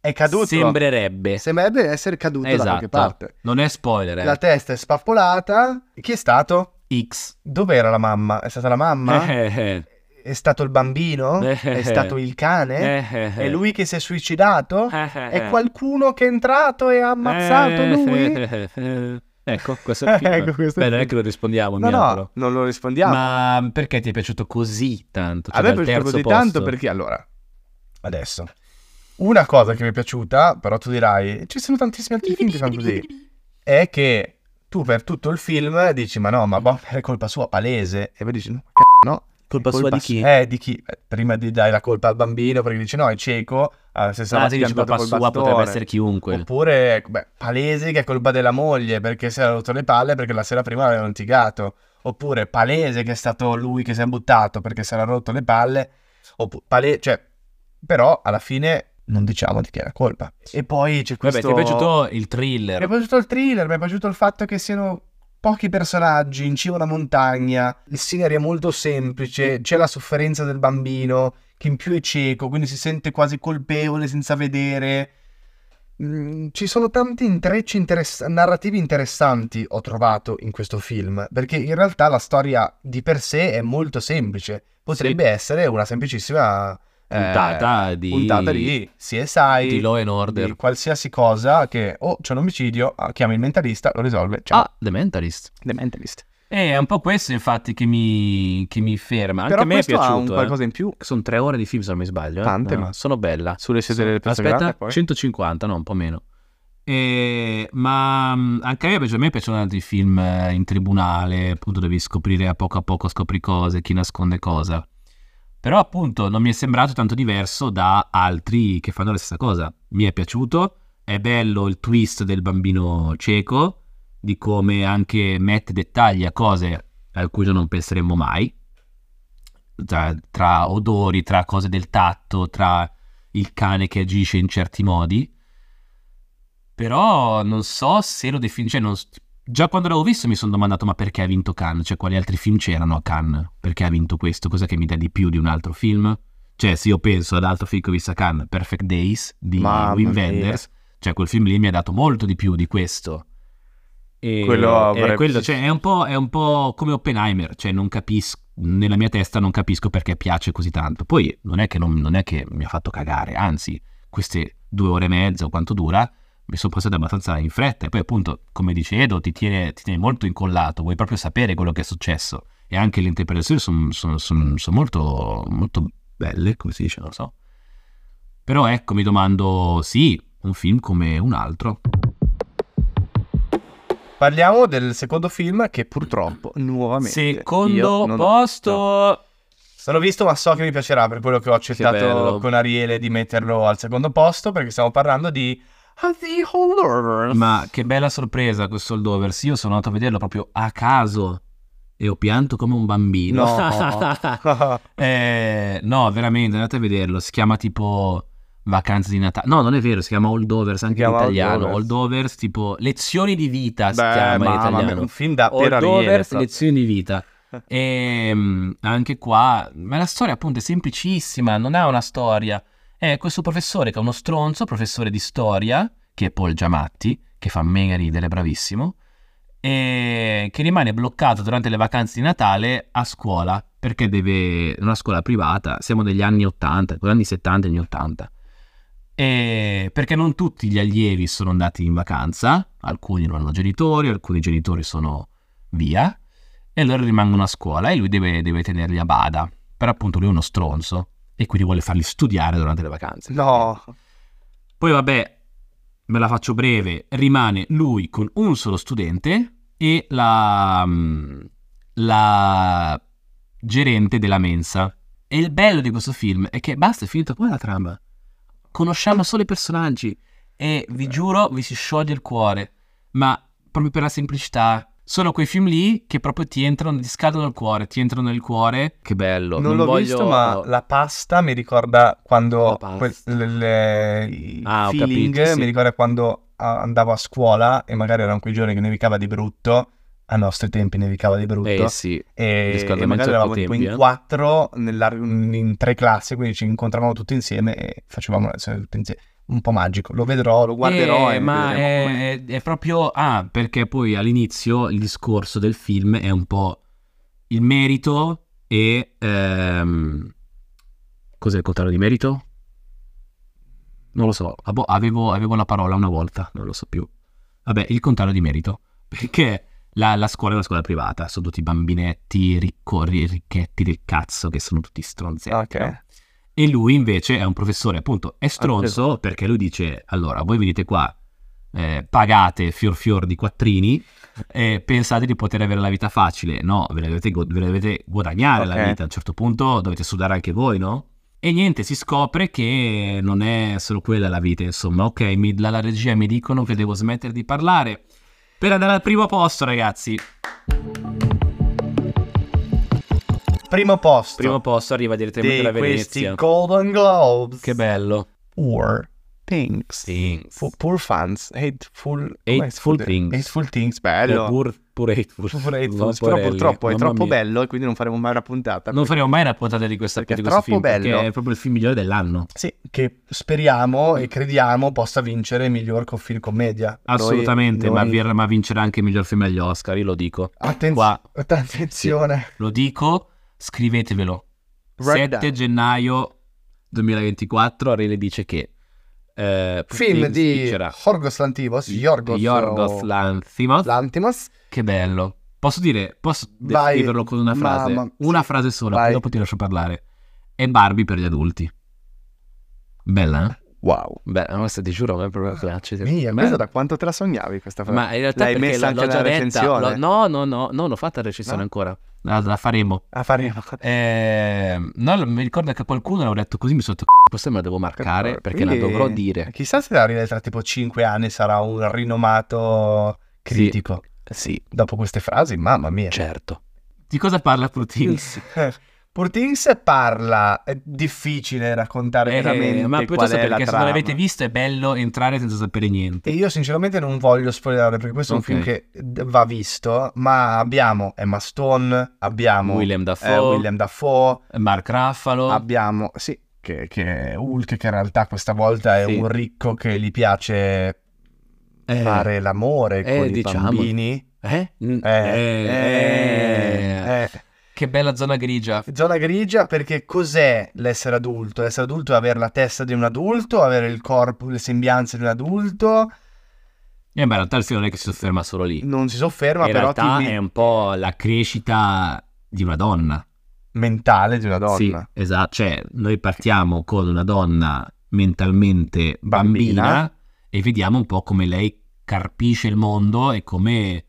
S1: È caduto.
S2: sembrerebbe.
S1: Sembrerebbe essere caduto da qualche
S2: esatto.
S1: parte.
S2: Non è spoiler, eh.
S1: La testa è spappolata. Chi è stato?
S2: X.
S1: Dov'era la mamma? È stata la mamma?
S2: Eh, eh,
S1: È stato il bambino?
S2: Eh,
S1: È
S2: eh,
S1: stato il cane?
S2: eh, eh,
S1: È lui che si è suicidato?
S2: eh, eh,
S1: È
S2: eh.
S1: qualcuno che è entrato e ha ammazzato
S2: Eh,
S1: lui?
S2: eh, eh, eh. Ecco, questo è il film.
S1: Ecco, questo è
S2: Beh,
S1: il
S2: non è
S1: film.
S2: che lo rispondiamo,
S1: No,
S2: mi auguro.
S1: no, non lo rispondiamo.
S2: Ma perché ti è piaciuto così tanto? Cioè,
S1: a me è
S2: dal
S1: piaciuto
S2: terzo
S1: così tanto
S2: posto?
S1: perché allora adesso una cosa che mi è piaciuta però tu dirai ci sono tantissimi altri film che fanno così è che tu per tutto il film dici ma no ma boh, è colpa sua palese e poi dici no c***o, no
S2: Colpa
S1: è
S2: sua di chi? Ah,
S1: su- eh di chi Eh, prima di dare la colpa al bambino perché dici no è cieco ah, se sarà
S2: Ah, sì, dici,
S1: schiantato
S2: colpa
S1: col
S2: sua
S1: bastone.
S2: potrebbe essere chiunque.
S1: Oppure, ecco, beh, palese che è colpa della moglie perché si era rotto le palle perché la sera prima avevano litigato. Oppure, palese che è stato lui che si è buttato perché si era rotto le palle. Oppure, palese, cioè, però alla fine non diciamo di chi è la colpa. E poi c'è questo...
S2: Vabbè, ti è piaciuto il
S1: Mi è
S2: thriller?
S1: piaciuto il thriller, mi è piaciuto il fatto che siano pochi personaggi in cima a una montagna. Il scenario è molto semplice, c'è la sofferenza del bambino che in più è cieco, quindi si sente quasi colpevole senza vedere. Mm, ci sono tanti intrecci interess- narrativi interessanti, ho trovato in questo film, perché in realtà la storia di per sé è molto semplice. Potrebbe essere una semplicissima eh,
S2: Puntata di...
S1: puntata di CSI,
S2: di Law and Order.
S1: di qualsiasi cosa che o c'è un omicidio, ah, chiami il mentalista, lo risolve. Ciao.
S2: Ah, The Mentalist.
S3: The Mentalist.
S2: Eh, È un po' questo infatti che mi, che mi ferma. Anche
S1: Però
S2: a me è
S1: questo
S2: piaciuto.
S1: ha un
S2: eh.
S1: qualcosa in più
S2: Sono tre ore di film se non mi sbaglio. eh.
S1: Tante,
S2: No,
S1: ma-
S2: Sono bella.
S3: Sulle sedere del pezzo
S2: Aspetta,
S3: grande, poi.
S2: 150, no, un po' meno. Eh, ma mh, anche a me, piace- a me piacciono tanto i film eh, in tribunale, appunto devi scoprire a poco a poco, scopri cose, chi nasconde cosa. Però appunto non mi è sembrato tanto diverso da altri che fanno la stessa cosa. Mi è piaciuto, è bello il twist del bambino cieco, di come anche Matt dettaglia cose a cui non penseremmo mai, tra, tra odori, tra cose del tatto, tra il cane che agisce in certi modi. Però non so se lo definisce. già quando l'avevo visto mi sono domandato: ma perché ha vinto Cannes? Cioè, quali altri film c'erano a Cannes? Perché ha vinto questo? Cosa che mi dà di più di un altro film? Cioè, se io penso ad altro film che ho visto a Cannes, Perfect Days di
S1: Mamma
S2: Wim
S1: mia.
S2: Wenders, cioè quel film lì mi ha dato molto di più di questo. E,
S3: Quello avrebbe-
S2: e quello, cioè, è, un po', è un po' come Oppenheimer, cioè non capisco, nella mia testa non capisco perché piace così tanto. Poi non è che, non- non è che mi ha fatto cagare, anzi, queste due ore e mezza o quanto dura mi sono passate abbastanza in fretta. E poi appunto, come dice Edo, ti tiene, ti tiene molto incollato, vuoi proprio sapere quello che è successo. E anche le interpretazioni sono molto, molto belle, come si dice, non lo so. Però ecco, mi domando, sì, un film come un altro.
S1: Parliamo del secondo film che
S3: Purtroppo, nuovamente.
S2: Secondo
S3: io non ho-
S2: posto...
S3: no.
S1: non ho visto, ma so che mi piacerà per quello che ho accettato
S2: bello.
S1: con Ariele di metterlo al secondo posto, perché stiamo parlando di The Holder.
S2: Ma che bella sorpresa questo Holdovers. Io sono andato a vederlo proprio a caso e ho pianto come un bambino.
S1: No.
S2: Eh, no, veramente, andate a vederlo. Si chiama tipo Vacanze di Natale. No, non è vero, si chiama Holdovers anche in
S1: chiama
S2: italiano.
S1: Holdovers.
S2: Holdovers, tipo Lezioni di vita si
S1: Beh,
S2: chiama in
S1: mamma mia,
S2: italiano.
S1: un film da per Ariele.
S2: Holdovers,
S1: proprio.
S2: lezioni di vita. E mm, anche qua, ma la storia appunto è semplicissima, non ha una storia. È questo professore che è uno stronzo, professore di storia, che è Paul Giamatti, che fa mega ridere, bravissimo, e che rimane bloccato durante le vacanze di Natale a scuola, perché deve... una scuola privata, siamo negli anni 80, negli anni 70 e anni 80. E perché non tutti gli allievi sono andati in vacanza, alcuni non hanno genitori, alcuni genitori sono via e allora rimangono a scuola e lui deve, deve tenerli a bada. Però appunto lui è uno stronzo e quindi vuole farli studiare durante le vacanze.
S1: No,
S2: Poi vabbè, me la faccio breve, rimane lui con un solo studente e la, mm, la gerente della mensa. E il bello di questo film è che basta, è finito poi la trama. Conosciamo solo i personaggi e vi giuro vi si scioglie il cuore, ma proprio per la semplicità. Sono quei film lì che proprio ti entrano, ti scaldano il cuore, ti entrano nel cuore. Che bello.
S1: Non, l'ho
S2: Esatto, voglio- Eh
S1: visto, ma la pasta mi ricorda quando
S2: La pasta.
S1: quel- l- l- il
S2: Ah, ho
S1: feeling
S2: capito, sì.
S1: mi ricorda quando ah, andavo a scuola e magari erano quei giorni che nevicava di brutto. A nostri tempi nevicava di brutto.
S2: Eh sì,
S1: E,
S2: Riscaldamento
S1: e magari
S2: ai
S1: eravamo
S2: tuoi
S1: tipo
S2: tempi,
S1: in
S2: eh.
S1: quattro, nella- in tre classi, quindi ci incontravamo tutti insieme e facevamo la lezione tutti insieme. Un po' magico. Lo vedrò, lo guarderò.
S2: Eh,
S1: e
S2: ma
S1: vedremo
S2: è,
S1: com'è.
S2: è- è proprio ah perché poi all'inizio il discorso del film è un po' il merito e ehm, cos'è il contrario di merito? Non lo so, Ah, boh, avevo, avevo la parola una volta, non lo so più. Vabbè, il contrario di merito, perché la, la scuola è una scuola privata, sono tutti bambinetti riccori, ricchetti del cazzo che sono tutti stronzetti.
S1: Ok.
S2: no? E lui invece è un professore, appunto, è stronzo perché lui dice, allora, voi venite qua, eh, pagate fior fior di quattrini e pensate di poter avere la vita facile. No, ve la dovete, go- ve la dovete guadagnare
S1: Ok.
S2: la vita, a un certo punto dovete sudare anche voi, no? E niente, si scopre che non è solo quella la vita, insomma, ok, mi- dalla regia mi dicono che devo smettere di parlare per andare al primo posto, ragazzi.
S1: Primo posto
S2: Primo posto arriva direttamente
S1: di
S2: la
S1: questi
S2: Venezia.
S1: Golden Globes.
S2: Che bello.
S1: Poor things. Fu- poor fans. Hateful, come
S2: Hateful
S1: si dice?
S2: things.
S1: Hateful things, bello.
S2: Pur, pur hateful.
S1: Pur hateful,
S2: No,
S1: però
S2: porelli.
S1: purtroppo è
S2: Mamma
S1: troppo
S2: mia.
S1: bello e quindi non faremo mai una puntata.
S2: Non faremo mai una puntata di, questa,
S1: Perché
S2: di
S1: è
S2: questo film,
S1: troppo bello.
S2: perché è proprio il film migliore dell'anno.
S1: Sì, che speriamo e crediamo possa vincere miglior co- film commedia. Noi-
S2: Assolutamente, ma
S1: noi-
S2: vir- ma vincerà anche il miglior film agli Oscar, io lo dico.
S1: Attenz-
S2: Qua.
S1: Attenzione.
S2: Lo dico, scrivetevelo.
S1: Write
S2: 7
S1: down.
S2: gennaio 2024 Arele dice che eh,
S1: Film
S2: Putin
S1: di
S2: vincerà.
S1: Jorgos Lantimos. Yorgos,
S2: Yorgos
S1: o-
S2: Lanthimos.
S1: Lantimos.
S2: Che bello. Posso dire, posso
S1: Vai.
S2: descriverlo con una frase?
S1: Mamma,
S2: Una
S1: sì.
S2: frase sola,
S1: Vai.
S2: poi dopo ti lascio parlare. È Barbie per gli adulti. Bella, eh?
S1: Wow.
S2: Beh, no, questa ti giuro, ma è proprio classica.
S1: Mia,
S2: Ma-
S1: questa da quanto te la sognavi questa frase?
S2: ma in realtà
S1: L'hai
S2: perché
S1: messa
S2: l'ho-
S1: anche
S2: l'ho già
S1: nella
S2: detta.
S1: recensione?
S2: L'ho- No, no, no, no, l'ho fatta la recensione
S1: No?
S2: ancora. La, la faremo.
S1: A Ah, faremo.
S2: Eh, no, mi ricordo che a qualcuno l'avevo detto così, mi sono detto, questa me la devo marcare perché la
S1: Quindi,
S2: dovrò dire.
S1: Chissà se la rileva tra tipo 5 anni sarà un rinomato critico.
S2: Sì,
S1: Dopo queste frasi, mamma mia.
S2: certo. Di cosa parla Prutins?
S1: Poor Things parla, è difficile raccontare veramente
S2: Eh, ma
S1: qual
S2: piuttosto
S1: è la
S2: perché se non
S1: trama.
S2: l'avete visto è bello entrare senza sapere niente.
S1: E io sinceramente non voglio spoilerare perché questo
S2: Ok.
S1: è un film che d- va visto, ma abbiamo Emma Stone, abbiamo
S2: William Dafoe,
S1: eh, William Dafoe, Ah,
S2: Mark Raffalo,
S1: abbiamo sì, che, che è Hulk che in realtà questa volta è
S2: Sì.
S1: un ricco che gli piace
S2: Eh,
S1: fare l'amore
S2: eh,
S1: con i
S2: diciamo.
S1: bambini.
S2: eh? Mm,
S1: Eh, eh,
S2: eh,
S1: eh.
S2: Che bella zona grigia.
S1: Zona grigia perché cos'è l'essere adulto? L'essere adulto è avere la testa di un adulto, avere il corpo, le sembianze di un adulto,
S2: Eh, ma in realtà il film non è che si sofferma solo lì.
S1: non si sofferma
S2: in
S1: però
S2: realtà
S1: ti-
S2: è un po' la crescita di una donna.
S1: mentale di una donna.
S2: Sì, esatto. Cioè, noi partiamo con una donna mentalmente bambina,
S1: Bambina.
S2: e vediamo un po' come lei carpisce il mondo e come...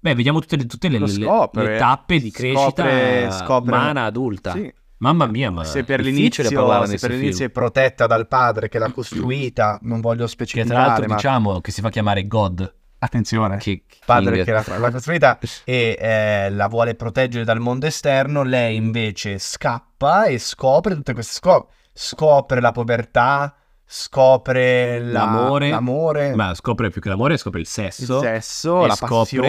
S2: Beh, vediamo tutte le, tutte le,
S1: Lo
S2: le- le
S1: scopre,
S2: tappe di crescita
S1: scopre- scopre-
S2: umana adulta.
S1: Sì.
S2: Mamma mia, ma
S1: Se per
S2: è
S1: l'inizio,
S2: difficile parlare
S1: se
S2: di
S1: per
S2: questo
S1: l'inizio
S2: film.
S1: è protetta dal padre che l'ha costruita, non voglio
S2: Che
S1: specificare,
S2: tra l'altro
S1: ma
S2: diciamo che si fa chiamare God.
S1: attenzione,
S2: Che
S1: padre
S2: King.
S1: che l'ha, l'ha costruita e eh, la vuole proteggere dal mondo esterno, lei invece scappa e scopre tutte queste scop- scopre la povertà, scopre la-
S2: L'amore.
S1: l'amore,
S2: Eh, Ma scopre più che l'amore, scopre il
S1: il
S2: sesso.
S1: sesso,
S2: e
S1: la
S2: scopre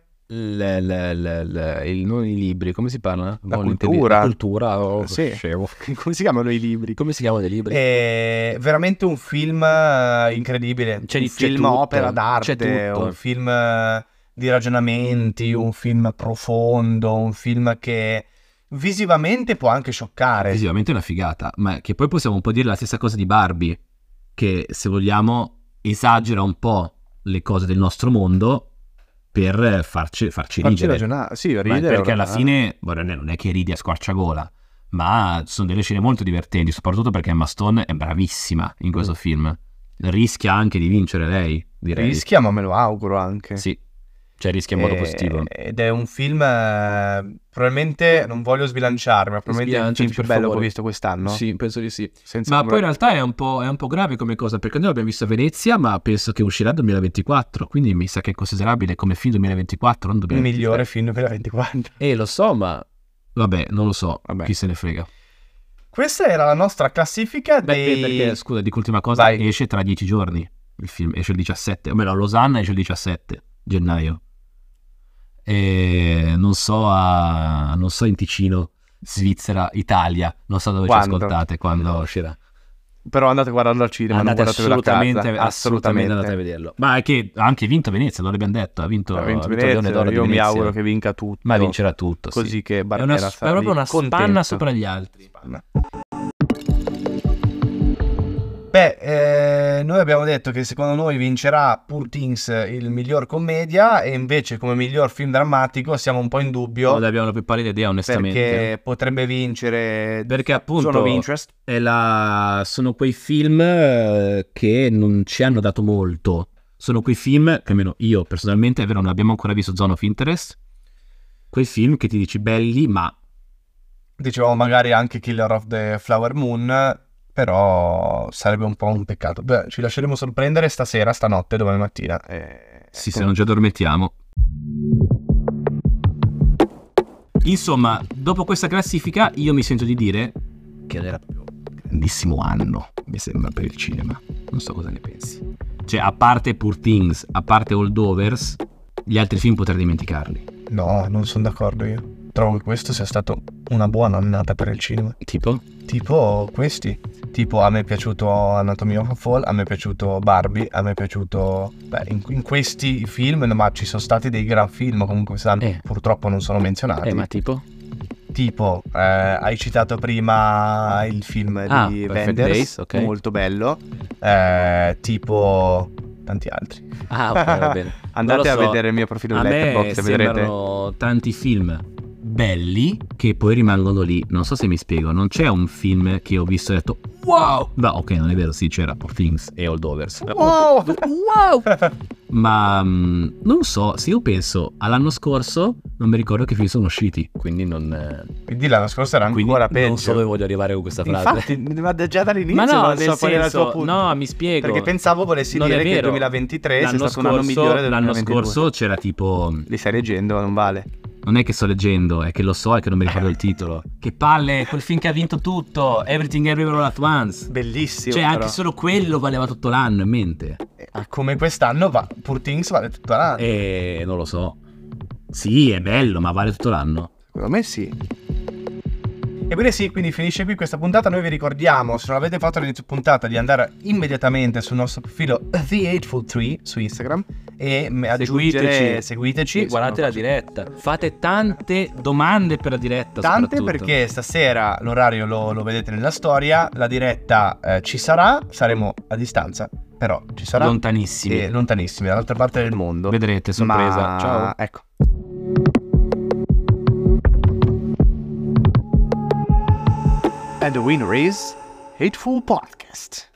S1: passione,
S2: l- l- l- l- il- non i libri, come si parla?
S1: La
S2: Boh, l'inter-
S1: cultura. Eh,
S2: La cultura, oh,
S1: Sì. Eh,
S2: scemo.
S1: come si chiamano i libri?
S2: Come si chiamano i libri?
S1: È veramente un film eh, incredibile.
S2: C'è-
S1: un
S2: c'è
S1: film
S2: tutto,
S1: opera
S2: c'è
S1: d'arte,
S2: tutto.
S1: un film eh, di ragionamenti, un film profondo, un film che visivamente può anche scioccare.
S2: Visivamente è una figata, ma che poi possiamo un po' dire la stessa cosa di Barbie, che se vogliamo esagera un po' le cose del nostro mondo per eh, farci, farci
S1: Farci
S2: ridere.
S1: ragionare, sì,
S2: Ma
S1: ridere,
S2: perché alla
S1: eh.
S2: fine guarda, non è che ridi a squarciagola, ma ci sono delle scene molto divertenti, soprattutto perché Emma Stone è bravissima in questo
S1: Mm.
S2: film. Rischia anche di vincere lei, direi.
S1: rischia, ma me lo auguro anche.
S2: Sì. Cioè rischia in modo
S1: Eh,
S2: positivo.
S1: Ed è un film, eh, probabilmente, non voglio sbilanciarmi, ma probabilmente è il
S2: Sbilanciati,
S1: film più
S2: per
S1: bello che ho
S2: favore.
S1: visto quest'anno.
S2: Sì, penso di sì.
S1: Senza
S2: Ma
S1: ombra-
S2: poi in realtà è un, po', è un po' grave come cosa, perché noi l'abbiamo visto a Venezia, ma penso che uscirà nel 2024, quindi mi sa che è considerabile come film 2024, non
S1: il
S2: 2023.
S1: migliore film 2024.
S2: Eh, lo so, ma... Vabbè, non lo so,
S1: Vabbè.
S2: chi se ne frega.
S1: Questa era la nostra classifica
S2: Beh,
S1: dei...
S2: perché, scusa, dico l'ultima cosa,
S1: Vai.
S2: esce tra dieci giorni il film, esce il 17, o meglio, a Losanna esce il 17 gennaio. E non so, a, non so in Ticino, Svizzera, Italia, non so dove ci
S1: Quando?
S2: ascoltate, quando uscirà.
S1: Però andate a guardarlo al cinema,
S2: Andate
S1: non guardatelo
S2: assolutamente,
S1: a casa.
S2: assolutamente andate a vederlo. Ma è che ha anche vinto Venezia, lo abbiamo detto, ha vinto,
S1: Ha vinto
S2: ha vinto
S1: Venezia,
S2: Leone d'Oro di
S1: io mi
S2: Venezia.
S1: auguro che vinca tutto.
S2: Ma vincerà tutto, sì.
S1: Così che
S2: È, una,
S1: Barbera
S2: è
S1: sarà
S2: proprio
S1: lì
S2: una
S1: contento.
S2: spanna sopra gli altri.
S1: Spanna. Beh, eh, noi abbiamo detto che secondo noi vincerà Poor Things il miglior commedia e invece come miglior film drammatico siamo un po' in dubbio
S2: Non abbiamo la più pallida idea, onestamente.
S1: perché potrebbe vincere
S2: Perché appunto
S1: Zone of Interest.
S2: è la- sono quei film eh, che non ci hanno dato molto. Sono quei film che almeno io personalmente, è vero, non abbiamo ancora visto Zone of Interest. Quei film che ti dici belli, ma
S1: Dicevamo magari anche Killer of the Flower Moon, però sarebbe un po' un peccato. Beh, ci lasceremo sorprendere stasera, stanotte, domani mattina. Eh,
S2: sì, se non ci addormentiamo. Insomma, dopo questa classifica, io mi sento di dire che era proprio un grandissimo anno, mi sembra, per il cinema. Non so cosa ne pensi. Cioè, a parte Poor Things, a parte Holdovers, gli altri film potrei dimenticarli.
S1: No, non sono d'accordo io. Trovo che questo sia stato una buona annata per il cinema.
S2: Tipo?
S1: Tipo questi. Tipo a me è piaciuto Anatomy of a Fall, a me è piaciuto Barbie, a me è piaciuto... Beh, in, in questi film, ma ci sono stati dei gran film comunque quest'anno,
S2: Eh.
S1: purtroppo non sono menzionati.
S2: tipo?
S1: Tipo, eh, hai citato prima il film
S2: Ah,
S1: di
S2: Perfect
S1: Wenders,
S2: Days, ok.
S1: molto bello. Eh, tipo tanti altri.
S2: Ah, ok, va bene.
S1: Andate
S2: Non lo
S1: a
S2: so.
S1: vedere il mio profilo
S2: a me
S1: Letterboxd, vedrete.
S2: sembrano tanti film belli che poi rimangono lì. Non so se mi spiego, non c'è un film che ho visto e ho detto wow! No, ok, non è vero, sì, c'era Poor Things e Holdovers.
S1: Wow!
S2: Wow! Ma mm, non lo so, se io penso all'anno scorso, non mi ricordo che film sono usciti, quindi non eh,
S1: Quindi l'anno scorso era
S2: quindi
S1: ancora peggio.
S2: Non so dove voglio arrivare con questa frase.
S1: Infatti, ma già dall'inizio
S2: Ma no,
S1: non
S2: nel
S1: so qual era il tuo
S2: senso,
S1: punto.
S2: no, mi spiego.
S1: Perché pensavo volessi
S2: Non è
S1: dire che il
S2: vero.
S1: 2023 sia
S2: L'anno
S1: stato un anno
S2: scorso-
S1: migliore del
S2: L'anno
S1: 2022.
S2: scorso c'era tipo
S1: Li stai leggendo, non vale.
S2: Non è che sto leggendo, è che lo so e che non mi
S1: Eh.
S2: ricordo il titolo. Che palle, quel film che ha vinto tutto, Everything Everywhere All At Once.
S1: Bellissimo.
S2: Cioè, anche
S1: però.
S2: solo quello valeva tutto l'anno in mente.
S1: Eh, Come quest'anno va, Poor Things vale tutta
S2: Eh.
S1: l'anno.
S2: E non lo so. Sì, è bello, ma vale tutto l'anno.
S1: Secondo me sì. Ebbene sì, quindi finisce qui questa puntata. Noi vi ricordiamo, se non l'avete fatto all'inizio puntata, di andare immediatamente sul nostro profilo The Hateful Tree su Instagram e m- aggiungere, seguiteci.
S2: Sì, guardate la diretta. Fate tante domande per la diretta.
S1: Tante
S2: soprattutto.
S1: perché stasera l'orario lo, lo vedete nella storia, la diretta eh, ci sarà, saremo a distanza, però ci sarà.
S2: lontanissimi.
S1: e lontanissimi, dall'altra parte del mondo.
S2: Vedrete, sorpresa.
S1: Ma-
S2: Ciao.
S1: Ecco.
S3: And the winner is Hateful Podcast.